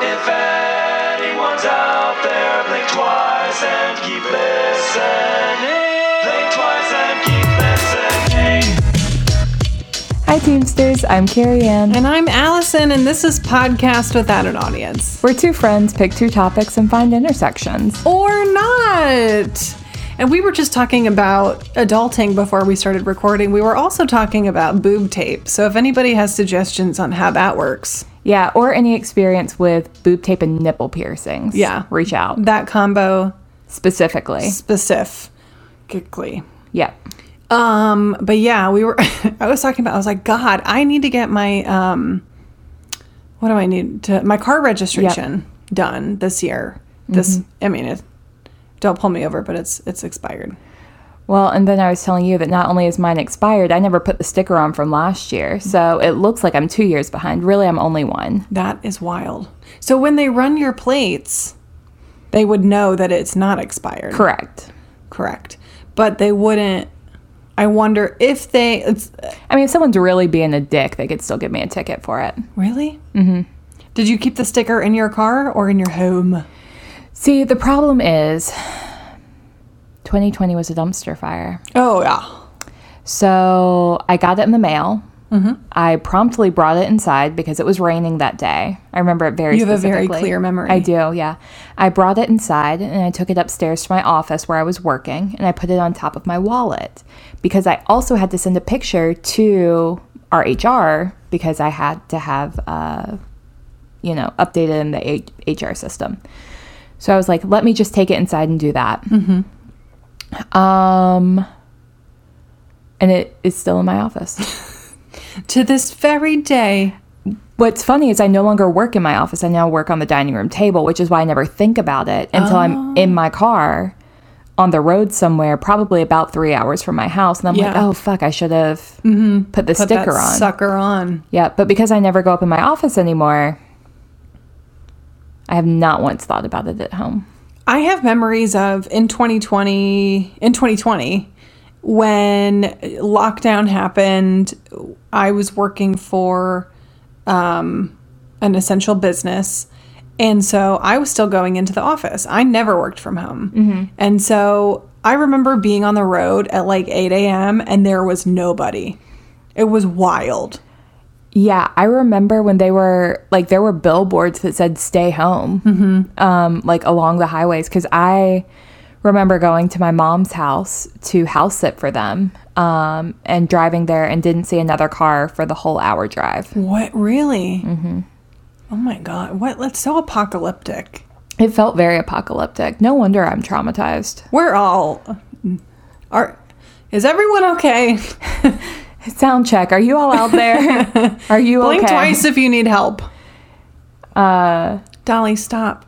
If anyone's out there, blink twice and keep listening. Blink twice and keep listening. Hi, Teamsters. I'm Carrie Ann. And I'm Allison, and this is Podcast Without an Audience. We're two friends, pick two topics, and find intersections. Or not! And we were just talking about adulting before we started recording. We were also talking about boob tape. So if anybody has suggestions on how that works, Yeah, or any experience with boob tape and nipple piercings. Yeah. Reach out that combo specifically. specifically. Yep. Um, but yeah, we were I was talking about I was like, God, I need to get my um what do I need to my car registration done this year. This I mean it don't pull me over, but it's it's expired. Well, and then I was telling you that not only is mine expired, I never put the sticker on from last year. So it looks like I'm two years behind. Really, I'm only one. That is wild. So when they run your plates, they would know that it's not expired. Correct. Correct. But they wouldn't. I wonder if they. It's I mean, if someone's really being a dick, they could still give me a ticket for it. really. Mm-hmm. Did you keep the sticker in your car or in your home? See, the problem is 2020 was a dumpster fire. Oh yeah. So I got it in the mail. Mm-hmm. I promptly brought it inside because it was raining that day. I remember it very. You have a very specifically. clear memory. I do, yeah. I brought it inside and I took it upstairs to my office where I was working, and I put it on top of my wallet because I also had to send a picture to our HR because I had to have, uh, you know, updated in the H- HR system. So I was like, let me just take it inside and do that. Mm-hmm. Um, and it is still in my office. To this very day. What's funny is I no longer work in my office. I now work on the dining room table, which is why I never think about it until I'm Oh. in my car on the road somewhere, probably about three hours from my house. And I'm like, Yeah. Mm-hmm. oh, fuck, I should have put the Put sticker that on. Sucker on. Yeah, but because I never go up in my office anymore, I have not once thought about it at home. I have memories of in 2020, in 2020, when lockdown happened, I was working for um, an essential business. And so I was still going into the office. I never worked from home. And so I remember being on the road at like 8 a.m. and there was nobody. It was wild. Yeah, I remember when they were like there were billboards that said "Stay home," Mm-hmm. um, like along the highways. Because I remember going to my mom's house to house sit for them, um, and driving there and didn't see another car for the whole hour drive. What really? Oh my God. What? That's so apocalyptic. It felt very apocalyptic. No wonder I'm traumatized. We're all are is everyone okay? Sound check. Are you all out there? Are you Blink okay? twice if you need help. Uh Dolly, stop.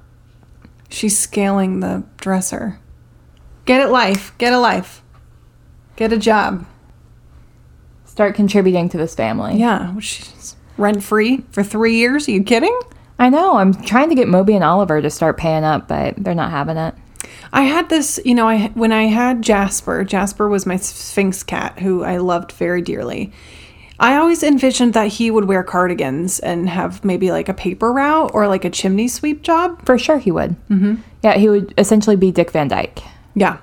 She's scaling the dresser. Get it life. Get a life. Get a job. Start contributing to this family. Yeah. She's rent free for three years. Are you kidding? I know. I'm trying to get Moby and Oliver to start paying up, but they're not having it. I had this, you know, I when I had Jasper, Jasper was my sphinx cat who I loved very dearly. I always envisioned that he would wear cardigans and have maybe like a paper route or like a chimney sweep job. For sure he would. Mm-hmm. Yeah, he would essentially be Dick Van Dyke. Yeah.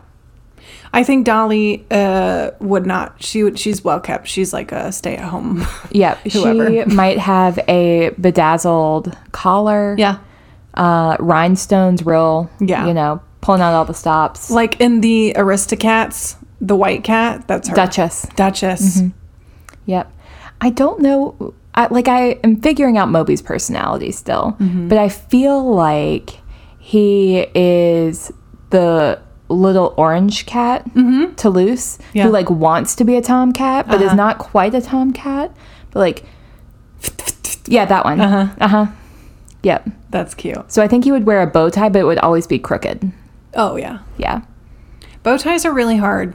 I think Dolly uh, would not. She would. She's well kept. She's like a stay at home. Yep. She Whoever. might have a bedazzled collar. Uh, rhinestones, real. Yeah. You know, pulling out all the stops. Like in the Aristocats, the white cat. That's her. Duchess. Duchess. Yep. I don't know. I, like, I am figuring out Moby's personality still, Mm-hmm. but I feel like he is the little orange cat, Toulouse, Mm-hmm. Yeah. Uh-huh. who, like, wants to be a tomcat, but is not quite a tomcat. But, like, yeah, that one. Uh Uh-huh. huh. Uh huh. Yep. That's cute. So I think he would wear a bow tie, but it would always be crooked. Oh yeah. Yeah. Bow ties are really hard.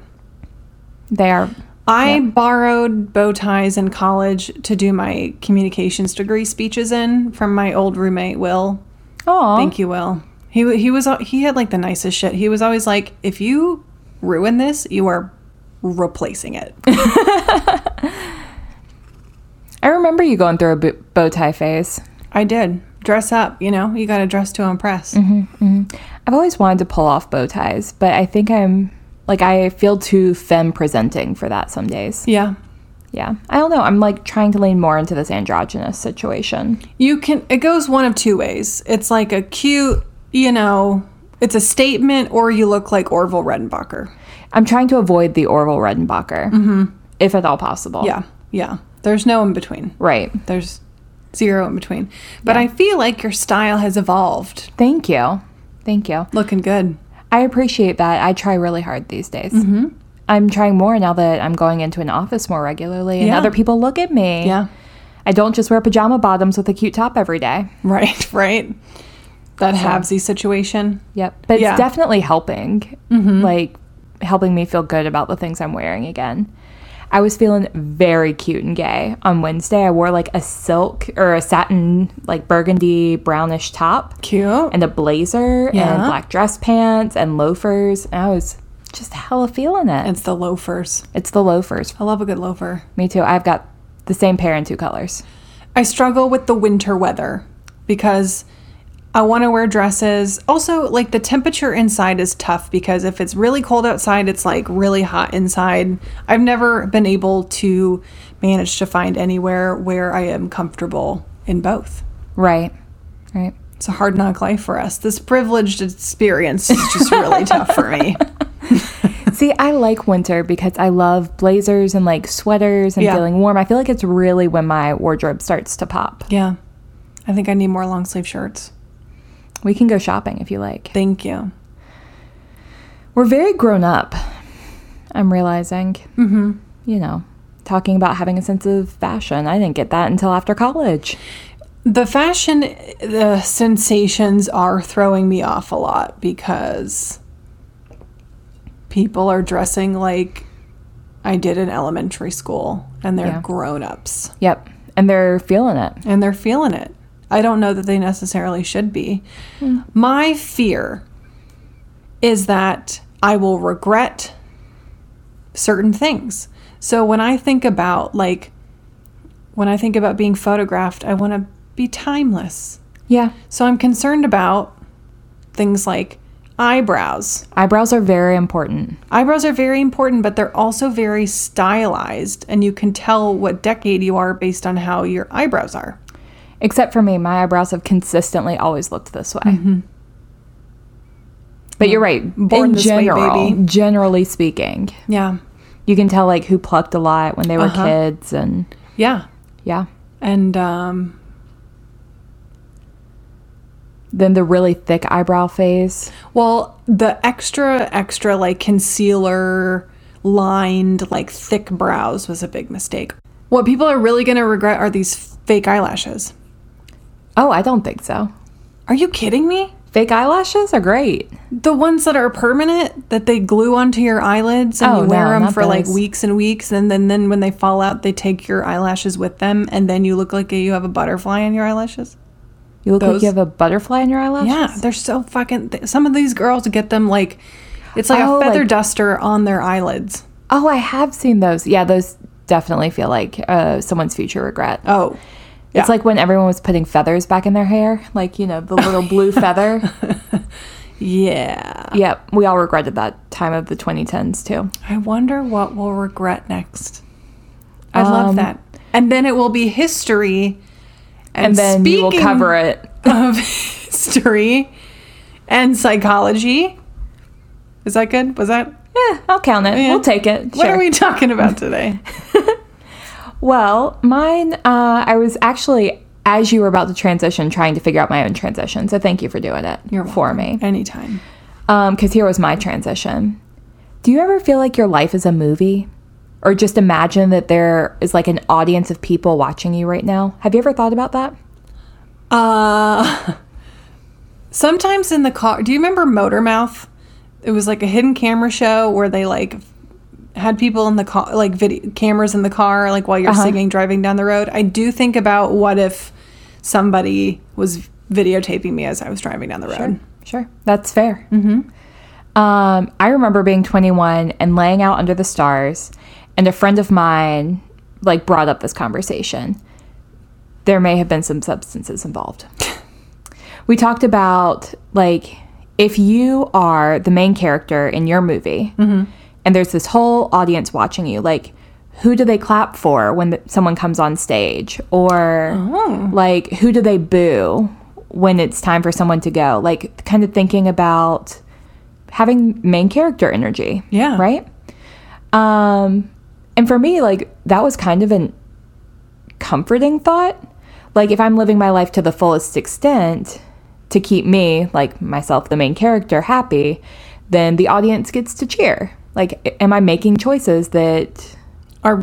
They are. I borrowed bow ties in college to do my communications degree speeches in from my old roommate Will. Oh. Thank you, Will. He he was he had like the nicest shit. He was always like, "If you ruin this, you are replacing it." I remember you going through a bo- bow tie phase. I did. Dress up, you know, you got to dress to impress. I've always wanted to pull off bow ties, but I think I'm like I feel too femme presenting for that some days. Yeah. Yeah. I don't know. I'm like trying to lean more into this androgynous situation. You can, it goes one of two ways. It's like a cute, you know, it's a statement, or you look like Orville Redenbacher. I'm trying to avoid the Orville Redenbacher, if at all possible. Mm-hmm. Yeah. Yeah. There's no in between. Right. There's zero in between. But I feel like your style has evolved. Thank you. Thank you. Looking good. I appreciate that. I try really hard these days. Mm-hmm. I'm trying more now that I'm going into an office more regularly and Yeah. other people look at me. Yeah. I don't just wear pajama bottoms with a cute top every day. Right. Right. That havesy situation. Yep. But Yeah. it's Mm-hmm. definitely helping, like helping me feel good about the things I'm wearing again. I was feeling very cute and gay on Wednesday. I wore like a silk or a satin, like burgundy brownish top Cute. and a blazer and Yeah. black dress pants and loafers. And I was just hella feeling it. It's the loafers. It's the loafers. I love a good loafer. Me too. I've got the same pair in two colors. I struggle with the winter weather because I want to wear dresses. Also, like the temperature inside is tough because if it's really cold outside, it's like really hot inside. I've never been able to manage to find anywhere where I am comfortable in both. Right. Right. It's a hard knock life for us. This privileged experience is just really tough for me. See, I like winter because I love blazers and like sweaters and Yeah. feeling warm. I feel like it's really when my wardrobe starts to pop. Yeah. I think I need more long sleeve shirts. We can go shopping if you like. Thank you. We're very grown up, I'm realizing. Mm-hmm. You know, talking about having a sense of fashion. I didn't get that until after college. The fashion, the sensations are throwing me off a lot because people are dressing like I did in elementary school and they're Yeah. grown ups Yep. And they're feeling it. and they're feeling it. I don't know that they necessarily should be. My fear is that I will regret certain things. So when I think about like when I think about being photographed, I want to be timeless. Yeah. So I'm concerned about things like eyebrows. Eyebrows are very important. Eyebrows are very important, but they're also very stylized and you can tell what decade you are based on how your eyebrows are. Except for me, my eyebrows have consistently always looked this way. But you're right. Mm-hmm. Mm. Born in this way, general, baby. generally speaking, Yeah. you can tell like who plucked a lot when they were Uh-huh. kids, and Yeah. yeah, And um, then the really thick eyebrow phase. well, the extra, extra like concealer lined, like thick brows was a big mistake. What people are really going to regret are these fake eyelashes. Oh, I don't think so. Are you kidding me? Fake eyelashes are great. The ones that are permanent that they glue onto your eyelids and Oh, you wear no, them not for like those. weeks and weeks and then then when they fall out they take your eyelashes with them and then you look like you have a butterfly in your eyelashes. You look like Those- you have a butterfly in your eyelashes. Yeah, they're so fucking th- some of these girls get them like it's like Oh, a feather like- duster on their eyelids. Oh, I have seen those. Yeah, those definitely feel like uh, someone's future regret. Oh. It's like when everyone was putting feathers back in their hair, like you know the little blue feather. Yeah. Yep, we all regretted that time of the 2010s too. I wonder what we'll regret next. I Um, love that. And then it will be history. And, And then you will speaking cover it. of history and psychology. Is that good? Was that? Yeah, Eh, I'll count it. Yeah. We'll take it. What Sure. are we talking about today? Well, mine. Uh, I was actually, as you were about to transition, trying to figure out my own transition. So thank you for doing it for me. Anytime. Because here was my transition. Do you ever feel like your life is a movie? Or just imagine that there is like an audience of people watching you right now? Have you ever thought about that? Uh, sometimes in the car. Do you remember Motormouth? It was like a hidden camera show where they like had people in the car, like video cameras in the car, like while you're singing, driving down the road. I do think about what if somebody was videotaping me as I was driving down the road. Sure, that's fair. Mm-hmm. Um, I remember being 21 and laying out under the stars, and a friend of mine like brought up this conversation, there may have been some substances involved. we talked about like if you are the main character in your movie and there's this whole audience watching you, like who do they clap for when th someone comes on stage or like who do they boo when it's time for someone to go? Like kind of thinking about having main character energy. Yeah. Right? Um and for me like that was kind of an comforting thought. Like if I'm living my life to the fullest extent to keep me, like myself, the main character, happy, then the audience gets to cheer. Like, a- am I making choices that Are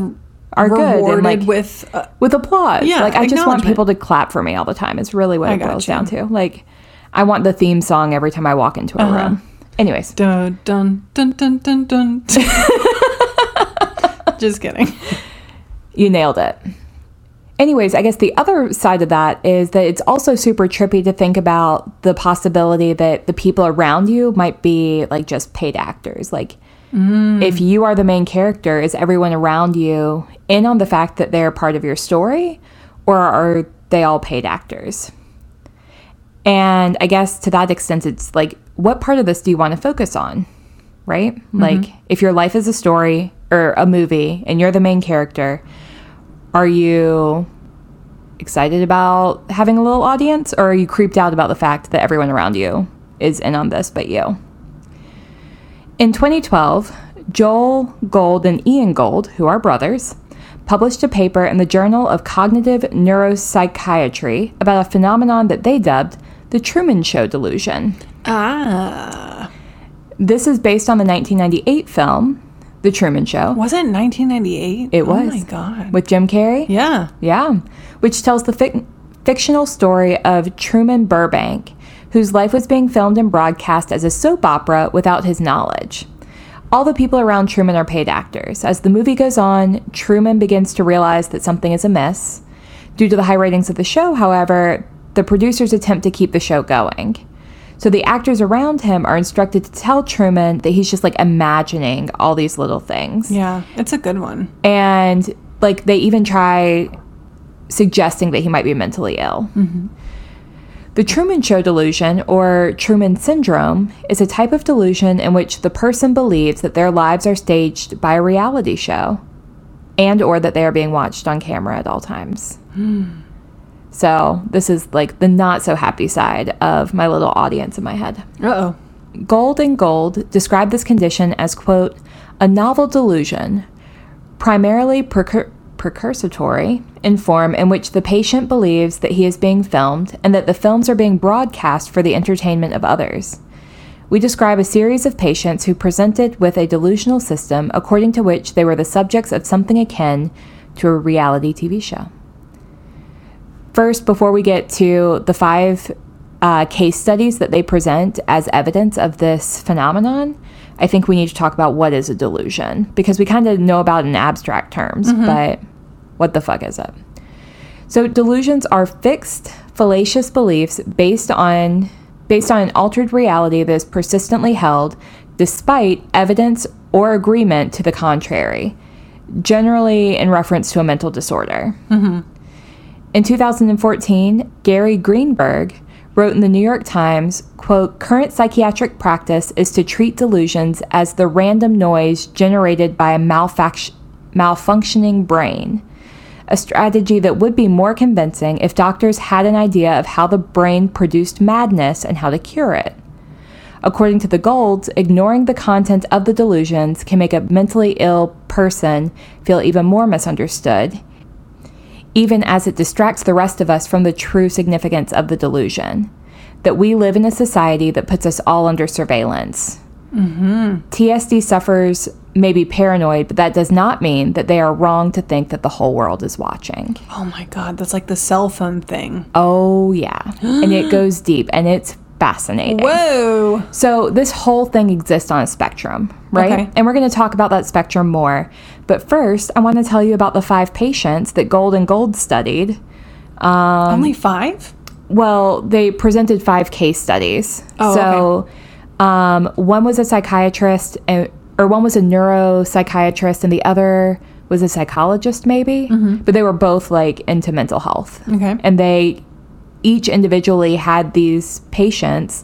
Are good and, rewarded like- with uh, with applause? Yeah, like I just want acknowledgement. people to clap for me all the time. Is really what I it boils gotcha. down to. Like, I want the theme song every time I walk into a Uh-huh. room. Anyways, dun dun dun dun dun dun. Just kidding. You nailed it. Anyways, I guess the other side of that is that it's also super trippy to think about the possibility that the people around you might be like just paid actors. Like, if you are the main character, is everyone around you in on the fact that they're part of your story or are they all paid actors? And I guess to that extent, it's like, what part of this do you want to focus on? Right? Like, if your life is a story or a movie and you're the main character, are you excited about having a little audience or are you creeped out about the fact that everyone around you is in on this but you? In 2012, Joel Gold and Ian Gold, who are brothers, published a paper in the Journal of Cognitive Neuropsychiatry about a phenomenon that they dubbed the Truman Show delusion. Ah, This is based on the 1998 film, The Truman Show, was it 1998? It Oh was. my god. with Jim Carrey. yeah. Yeah, which tells the fic- fictional story of Truman Burbank, whose life was being filmed and broadcast as a soap opera without his knowledge. All the people around Truman are paid actors. As the movie goes on, Truman begins to realize that something is amiss. Due to the high ratings of the show, however, the producers attempt to keep the show going. So the actors around him are instructed to tell Truman that he's just like imagining all these little things Yeah. It's a good one. and like they even try suggesting that he might be mentally ill. The Truman Show delusion, or Truman syndrome, is a type of delusion in which the person believes that their lives are staged by a reality show and or that they are being watched on camera at all times. So, this is like the not so happy side of my little audience in my head. Uh oh. Gold and Gold described this condition as, quote, a novel delusion, primarily precur- precursory in form, in which the patient believes that he is being filmed and that the films are being broadcast for the entertainment of others. We describe a series of patients who presented with a delusional system according to which they were the subjects of something akin to a reality TV show. First, before we get to the five uh, case studies that they present as evidence of this phenomenon, I think we need to talk about what is a delusion because we kind of know about it in abstract terms, but what the fuck is it? So delusions are fixed, fallacious beliefs based on based on an altered reality that is persistently held despite evidence or agreement to the contrary, generally in reference to a mental disorder. In 2014, Gary Greenberg wrote in the New York Times, quote, current psychiatric practice is to treat delusions as the random noise generated by a malfact- malfunctioning brain, a strategy that would be more convincing if doctors had an idea of how the brain produced madness and how to cure it. According to the Golds, ignoring the content of the delusions can make a mentally ill person feel even more misunderstood, even as it distracts the rest of us from the true significance of the delusion that we live in a society that puts us all under surveillance. TSD sufferers may be paranoid, but that does not mean that they are wrong to think that the whole world is watching. Oh my god. That's like the cell phone thing. Oh, yeah. and it goes deep and it's fascinating. Whoa. So this whole thing exists on a spectrum, right? Okay. And we're going to talk about that spectrum more. But first, I want to tell you about the five patients that Gold and Gold studied. Um, Only five? Well, they presented five case studies. Oh, so eh, um, one was a psychiatrist, and, or one was a neuropsychiatrist, and the other was a psychologist, maybe, but they were both like into mental health. Mm-hmm. Okay. And they each individually had these patients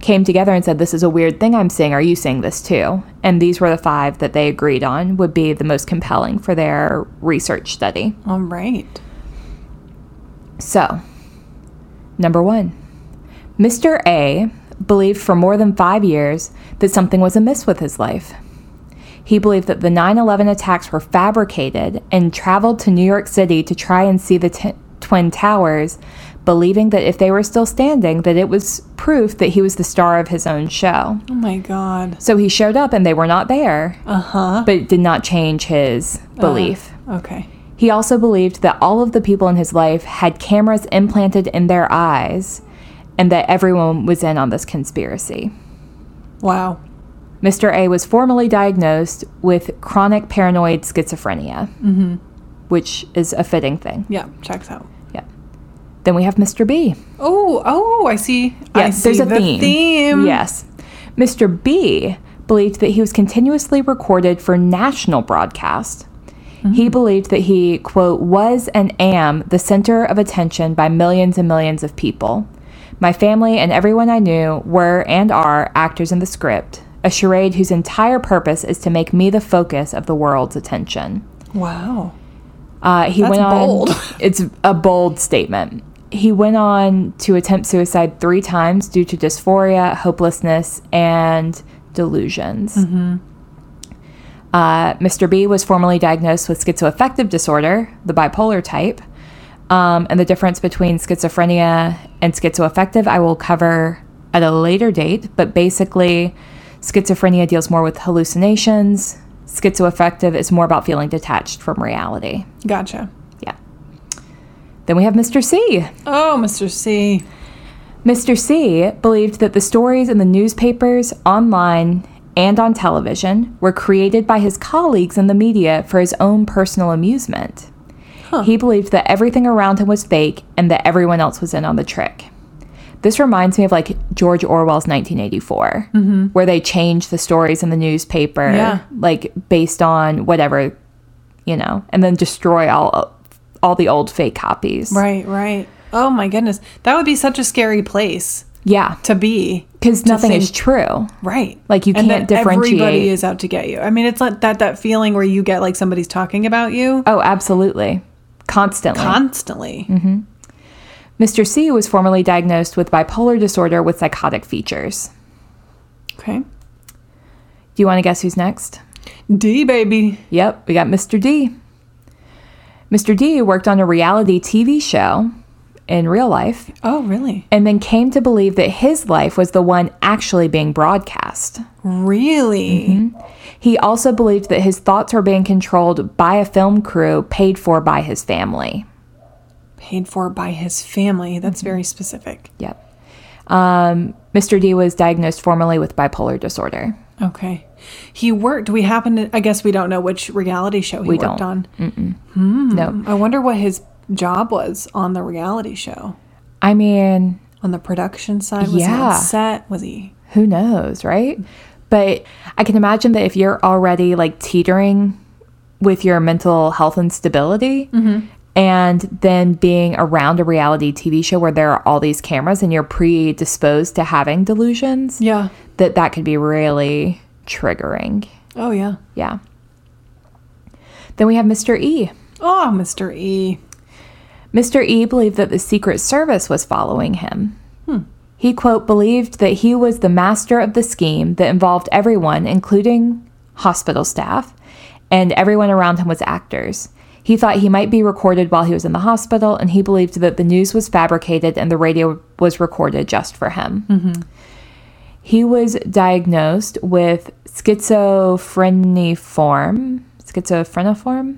came together and said, This is a weird thing I'm seeing. Are you seeing this too? And these were the five that they agreed on would be the most compelling for their research study. All right. So, number one, Mr. A believed for more than five years that something was amiss with his life. He believed that the 9 11 attacks were fabricated and traveled to New York City to try and see the t- Twin Towers, believing that if they were still standing, that it was proof that he was the star of his own show. Oh my God. So he showed up and they were not there, uh-huh. but it did not change his belief. Okay. He also believed that all of the people in his life had cameras implanted in their eyes and that everyone was in on this conspiracy. Wow. Mr. A was formally diagnosed with chronic paranoid schizophrenia, which is a fitting thing. Yeah. Checks out. Yeah. Then we have Mr. B. Oh, oh, I see. I Yes, see there's a the theme. theme. Yes. Mr. B believed that he was continuously recorded for national broadcast. He believed that he, quote, was and am the center of attention by millions and millions of people. My family and everyone I knew were and are actors in the script, a charade whose entire purpose is to make me the focus of the world's attention. Wow. Uh, he That's went on. bold. It's a bold statement. He went on to attempt suicide three times due to dysphoria, hopelessness, and delusions. Mm-hmm. Uh, Mr. B was formally diagnosed with schizoaffective disorder, the bipolar type. Um, and the difference between schizophrenia and schizoaffective, I will cover at a later date. But basically, schizophrenia deals more with hallucinations, schizoaffective is more about feeling detached from reality. Gotcha. Yeah. Then we have Mr. C. Oh, Mr. C. Mr. C believed that the stories in the newspapers, online, and on television were created by his colleagues in the media for his own personal amusement. He believed that everything around him was fake and that everyone else was in on the trick. This reminds me of like George Orwell's 1984, where they change the stories in the newspaper, Yeah. like based on whatever, you know, and then destroy all all the old fake copies. Right, right. Oh my goodness. That would be such a scary place Yeah, to be. because to nothing is think- true. Right. Like, you and can't that differentiate. Everybody is out to get you. I mean, it's like that that feeling where you get like somebody's talking about you Oh, Mm. absolutely. Constantly. constantly. Mr. C was formerly diagnosed with bipolar disorder with psychotic features. Okay. Do you want to guess who's next? D baby. Yep, we got Mr. D. Mr. D worked on a reality TV show in real life Oh, really? and then came to believe that his life was the one actually being broadcast. Really? Mm-hmm. He also believed that his thoughts were being controlled by a film crew paid for by his family. Paid for by his family. That's Mm-hmm. very specific. Yep. Um, Mr. D was diagnosed formally with bipolar disorder. Okay. He worked. We happen to I guess we don't know which reality show he We worked don't. on. Hmm. No, I wonder what his job was on the reality show. I mean, On the production side, was he Yeah. on set? Was he who knows, right? But I can imagine that if you're already like teetering with your mental health instability and then being around a reality TV show where there are all these cameras and you're predisposed to having delusions, Yeah. that that could be really triggering. Oh yeah. Yeah. Then we have Mr. E. Oh, Mr. E. Mr. E believed that the Secret Service was following him. He, quote, believed that he was the master of the scheme that involved everyone, including hospital staff, and everyone around him was actors. He thought he might be recorded while he was in the hospital, and he believed that the news was fabricated and the radio was recorded just for him. He was diagnosed with schizophreniform, schizophreniform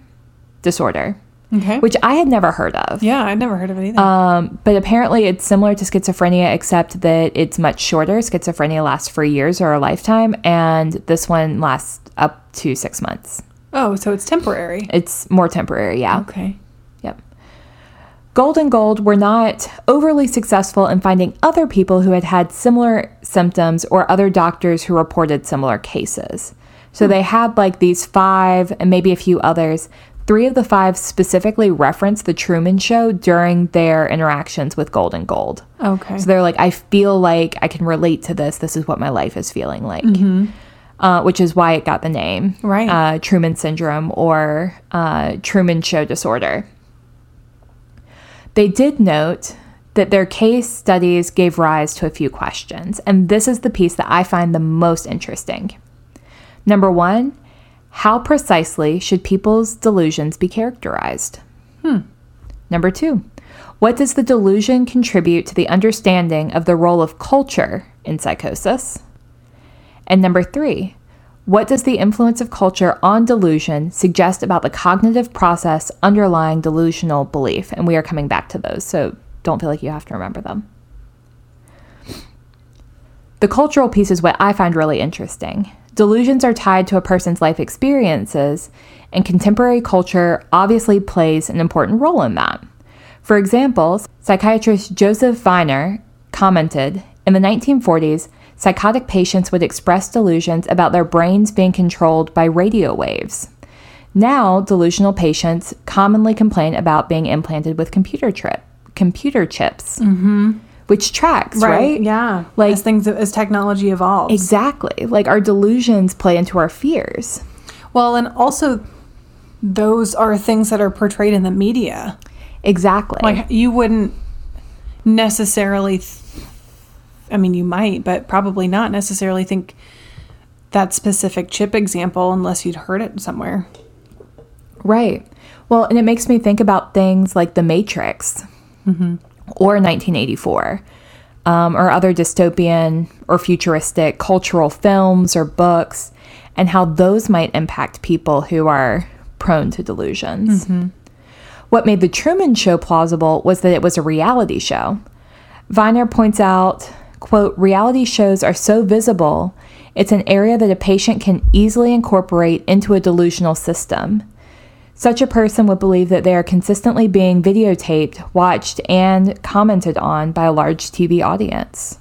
disorder, Okay. which I had never heard of. yeah, I'd never heard of anything. Um, but apparently, it's similar to schizophrenia, except that it's much shorter. Schizophrenia lasts for years or a lifetime, and this one lasts up to six months. oh, so it's temporary. It's more temporary, yeah. Okay. Yep. Gold and Gold were not overly successful in finding other people who had had similar symptoms or other doctors who reported similar cases. So they had like these five and maybe a few others Three of the five specifically reference the Truman Show during their interactions with Gold and Gold. Okay. So they're like, I feel like I can relate to this. This is what my life is feeling like, uh, which is why it got the name, Right. Uh, Truman syndrome or uh, Truman show disorder. They did note that their case studies gave rise to a few questions, and this is the piece that I find the most interesting. Number one, how precisely should people's delusions be characterized? Number two, what does the delusion contribute to the understanding of the role of culture in psychosis? And number three, what does the influence of culture on delusion suggest about the cognitive process underlying delusional belief? And we are coming back to those, so don't feel like you have to remember them. The cultural piece is what I find really interesting. Delusions are tied to a person's life experiences, and contemporary culture obviously plays an important role in that. For example, psychiatrist Joseph Viner commented In the 1940s, psychotic patients would express delusions about their brains being controlled by radio waves. Now, delusional patients commonly complain about being implanted with computer trip, computer chips, mm-hmm. which tracks, right? Yeah. Like- as things as technology evolves. Exactly. Like our delusions play into our fears. well, and also those are things that are portrayed in the media. Exactly. Like you wouldn't necessarily th- I mean you might, but probably not necessarily think that specific chip example unless you'd heard it somewhere. right. Well, and it makes me think about things like The Matrix or 1984 um, or other dystopian or futuristic cultural films or books and how those might impact people who are prone to delusions. What made The Truman Show plausible was that it was a reality show. Viner points out, quote, reality shows are so visible, it's an area that a patient can easily incorporate into a delusional system. Such a person would believe that they are consistently being videotaped, watched, and commented on by a large TV audience.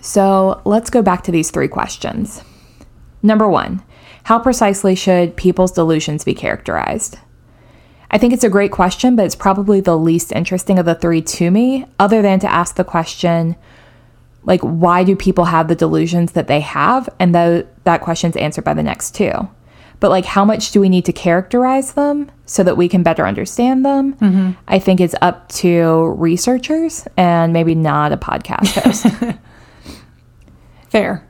So let's go back to these three questions. Number one, how precisely should people's delusions be characterized? I think it's a great question, but it's probably the least interesting of the three to me, other than to ask the question, like, why do people have the delusions that they have? And tho- that question's answered by the next two. But, like, how much do we need to characterize them so that we can better understand them? I think it's up to researchers and maybe not a podcast host. Fair.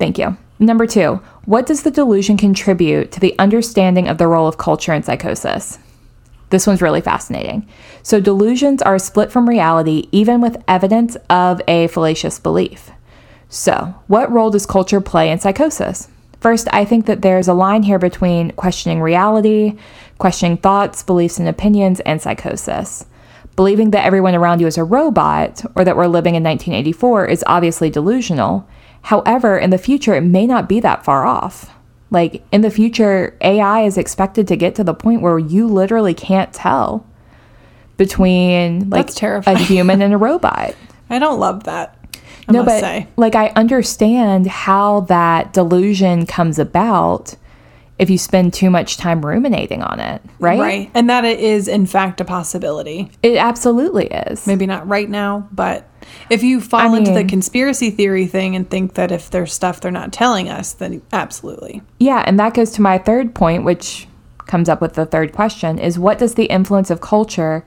Thank you. Number two, what does the delusion contribute to the understanding of the role of culture in psychosis? This one's really fascinating. So, delusions are split from reality even with evidence of a fallacious belief. So, what role does culture play in psychosis? First, I think that there's a line here between questioning reality, questioning thoughts, beliefs, and opinions, and psychosis. Believing that everyone around you is a robot or that we're living in 1984 is obviously delusional. However, in the future, it may not be that far off. Like, in the future, AI is expected to get to the point where you literally can't tell between like That's a terrifying. human and a robot I don't love that. I must say. like I understand how that delusion comes about if you spend too much time ruminating on it, right? Right. And that it is in fact a possibility. It absolutely is. Maybe not right now, but if you fall into the mean- conspiracy theory thing and think that if there's stuff they're not telling us, then absolutely. Yeah, and that goes to my third point, which comes up with the third question is what does the influence of culture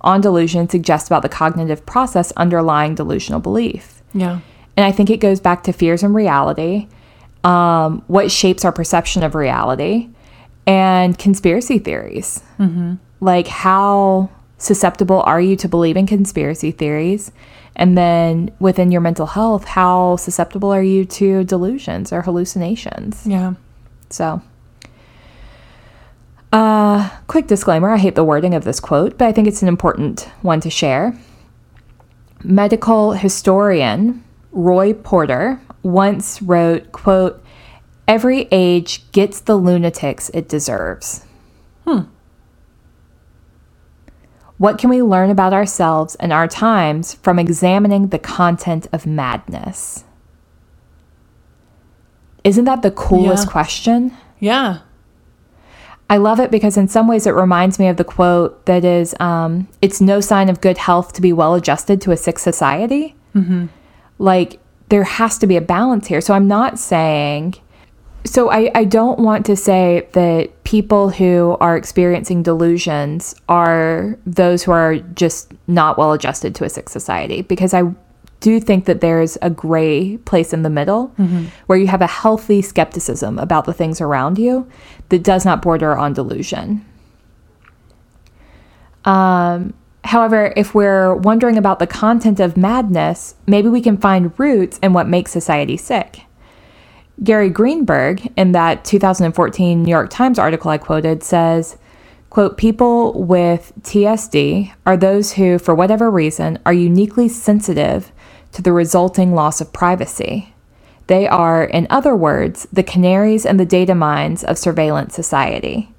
on delusion suggest about the cognitive process underlying delusional belief? Yeah. And I think it goes back to fears and reality, um, what shapes our perception of reality, and conspiracy theories. Like, how susceptible are you to believing conspiracy theories? And then within your mental health, how susceptible are you to delusions or hallucinations? Yeah. So, uh, quick disclaimer I hate the wording of this quote, but I think it's an important one to share. Medical historian Roy Porter once wrote, quote, Every age gets the lunatics it deserves. Hmm. What can we learn about ourselves and our times from examining the content of madness? Isn't that the coolest Yeah. question? Yeah. I love it because in some ways it reminds me of the quote that is, um, it's no sign of good health to be well adjusted to a sick society. Like there has to be a balance here. So I'm not saying, so I, I don't want to say that people who are experiencing delusions are those who are just not well adjusted to a sick society because I do think that there's a gray place in the middle where you have a healthy skepticism about the things around you that does not border on delusion. Um, However, if we're wondering about the content of madness, maybe we can find roots in what makes society sick. Gary Greenberg, in that 2014 New York Times article I quoted, says, quote, people with TSD are those who, for whatever reason, are uniquely sensitive to the resulting loss of privacy. They are, in other words, the canaries and the data mines of surveillance society.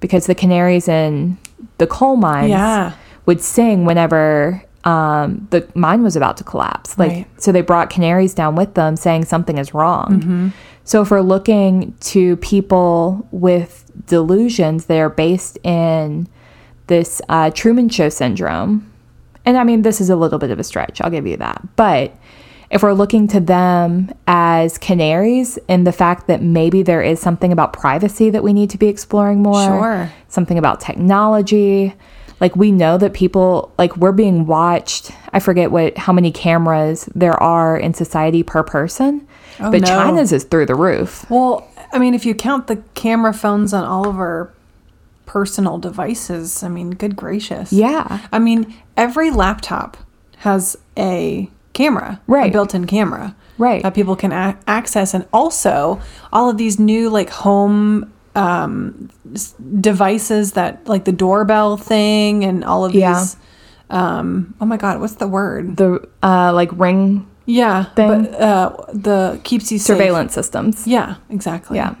Because the canaries in the coal mines Yeah. would sing whenever um, the mine was about to collapse. Like, Right. so they brought canaries down with them saying something is wrong. Mm-hmm. So if we're looking to people with delusions, they're based in this uh, Truman Show syndrome. And I mean, this is a little bit of a stretch, I'll give you that. But if we're looking to them as canaries and the fact that maybe there is something about privacy that we need to be exploring more, Sure. something about technology. Like we know that people like we're being watched. I forget what how many cameras there are in society per person, but Oh, no. China's is through the roof. Well, I mean, if you count the camera phones on all of our personal devices, I mean, good gracious. Yeah. I mean, every laptop has a camera, Right. A built-in camera, Right. That people can a- access, and also all of these new like home um, s- devices that like the doorbell thing and all of Yeah. these. Um, oh my God, what's the word? The uh, like ring yeah, thing? but uh, the keeps you safe. surveillance systems. Yeah, exactly. Yeah.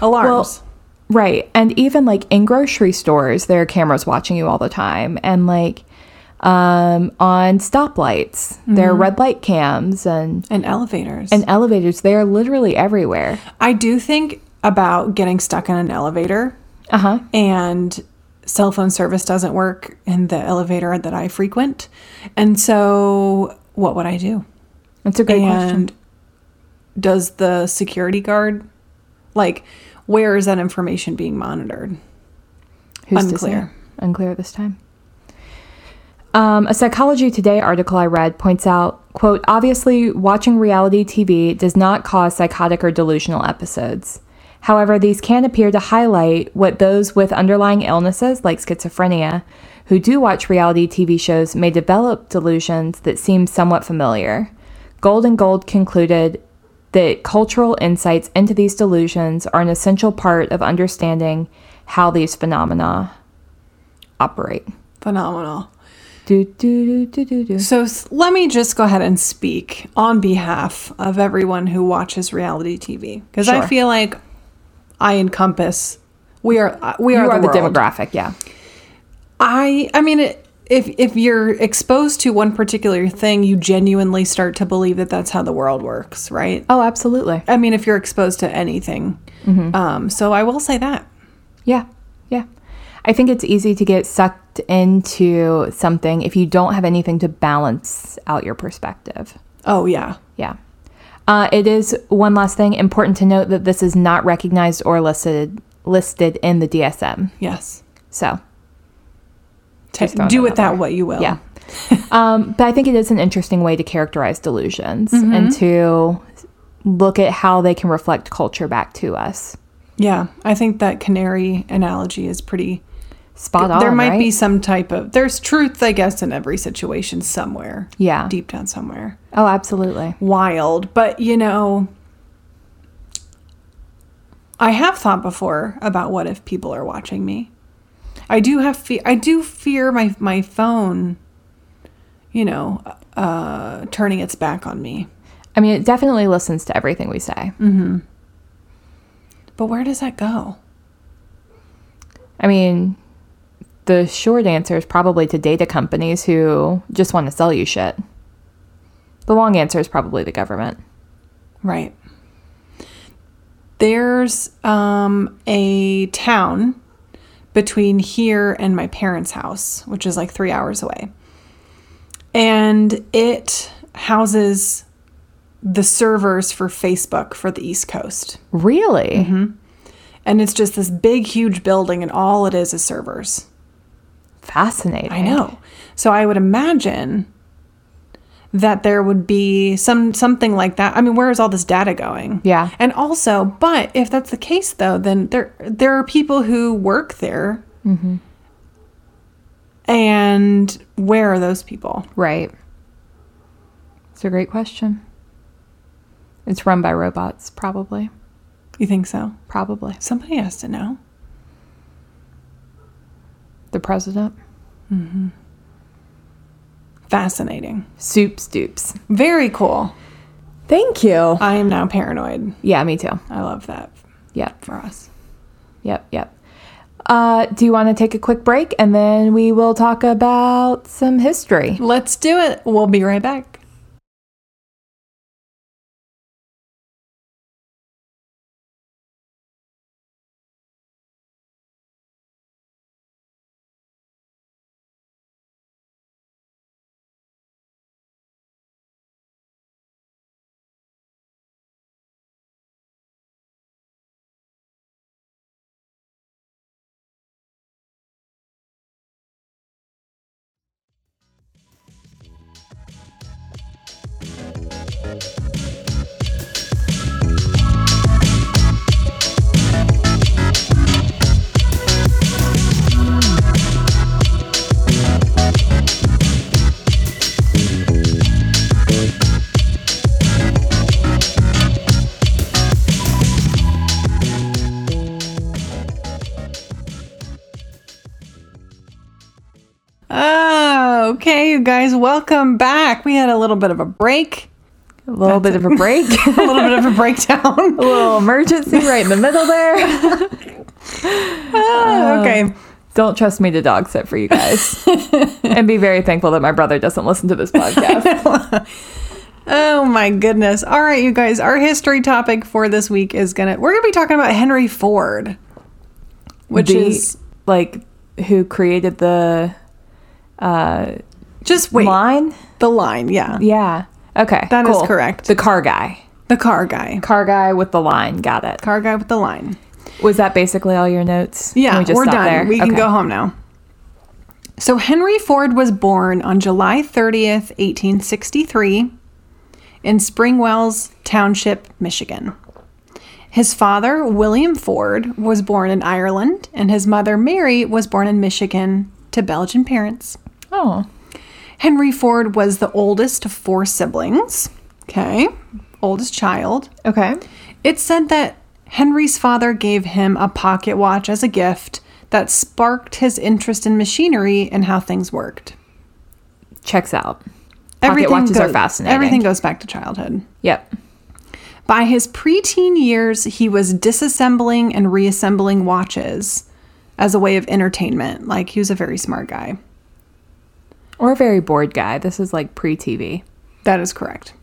alarms. Right. And even like in grocery stores, there are cameras watching you all the time. And like um, on stoplights, there are Mm-hmm. red light cams and, and elevators. and elevators. They are literally everywhere. I do think about getting stuck in an elevator Uh huh. and cell phone service doesn't work in the elevator that I frequent. And so, what would I do? That's a great question. and does the security guard, like, where is that information being monitored? Who's to say? Unclear. Unclear this time. Um, a Psychology Today article I read points out, quote, obviously watching reality TV does not cause psychotic or delusional episodes. However, these can appear to highlight what those with underlying illnesses like schizophrenia who do watch reality TV shows may develop delusions that seem somewhat familiar. Gold and Gold concluded that cultural insights into these delusions are an essential part of understanding how these phenomena operate. Phenomenal. Do, do, do, do, do, do. So s- let me just go ahead and speak on behalf of everyone who watches reality TV because Sure. I feel like I encompass. We are uh, we You are, are the, world. demographic, yeah. I I mean it, if if you're exposed to one particular thing, you genuinely start to believe that that's how the world works, right? Oh, absolutely. I mean, if you're exposed to anything, Mm-hmm. um, so I will say that. Yeah, yeah. I think it's easy to get sucked into something if you don't have anything to balance out your perspective. Oh yeah, Yeah. Uh, it is one last thing important to note that this is not recognized or listed listed in the DSM. yes. So Ta- Just throwing do that with out that there. what you will. Yeah. um, but I think it is an interesting way to characterize delusions Mm-hmm. and to look at how they can reflect culture back to us. yeah. I think that canary analogy is pretty Spot on. there might right? be some type of there's truth i guess in every situation somewhere Yeah. deep down somewhere Oh, absolutely. wild but you know i have thought before about what if people are watching me i do have fe- i do fear my my phone you know uh turning its back on me I mean, it definitely listens to everything we say. but where does that go I mean, the short answer is probably to data companies who just want to sell you shit. The long answer is probably the government. Right. There's um, a town between here and my parents' house, which is like three hours away. And it houses the servers for Facebook for the East Coast. Really? And it's just this big, huge building, and all it is is servers. Fascinating. I know. So I would imagine that there would be some something like that. I mean, where is all this data going? Yeah. And also, but if that's the case though, then there there are people who work there. And where are those people? Right. It's a great question. It's run by robots, probably. You think so? Probably. Somebody has to know. The president. Fascinating. Soups dupes. Very cool. Thank you. I am now paranoid. Yeah, me too. I love that Yep, for us. yep, yep. Uh, do you want to take a quick break and then we will talk about some history? Let's do it. We'll be right back. Oh, okay, you guys, welcome back. We had a little bit of a break, A little bit of a break, a little bit of a breakdown. a little emergency right in the middle there. Oh, okay. Don't trust me to dog sit for you guys. and be very thankful that my brother doesn't listen to this podcast. Oh my goodness. All right, you guys, our history topic for this week is going to we're going to be talking about Henry Ford, which The- is like who created the just wait, line? the line, yeah. Yeah. Okay. That is cool. correct. The car guy. The car guy. Car guy with the line. Got it. Car guy with the line. Was that basically all your notes? Yeah, Can we just are stop done. there? We can Okay. go home now. So Henry Ford was born on July 30th, 1863 in Springwells Township, Michigan. His father, William Ford, was born in Ireland and his mother, Mary, was born in Michigan to Belgian parents. Oh, Henry Ford was the oldest of four siblings. Okay. Oldest child. okay. It said that Henry's father gave him a pocket watch as a gift that sparked his interest in machinery and how things worked. Checks out. Pocket watches are fascinating. Everything goes back to childhood. Yep. By his preteen years, he was disassembling and reassembling watches as a way of entertainment. Like he was a very smart guy. Or a very bored guy. This is like pre TV. That is correct.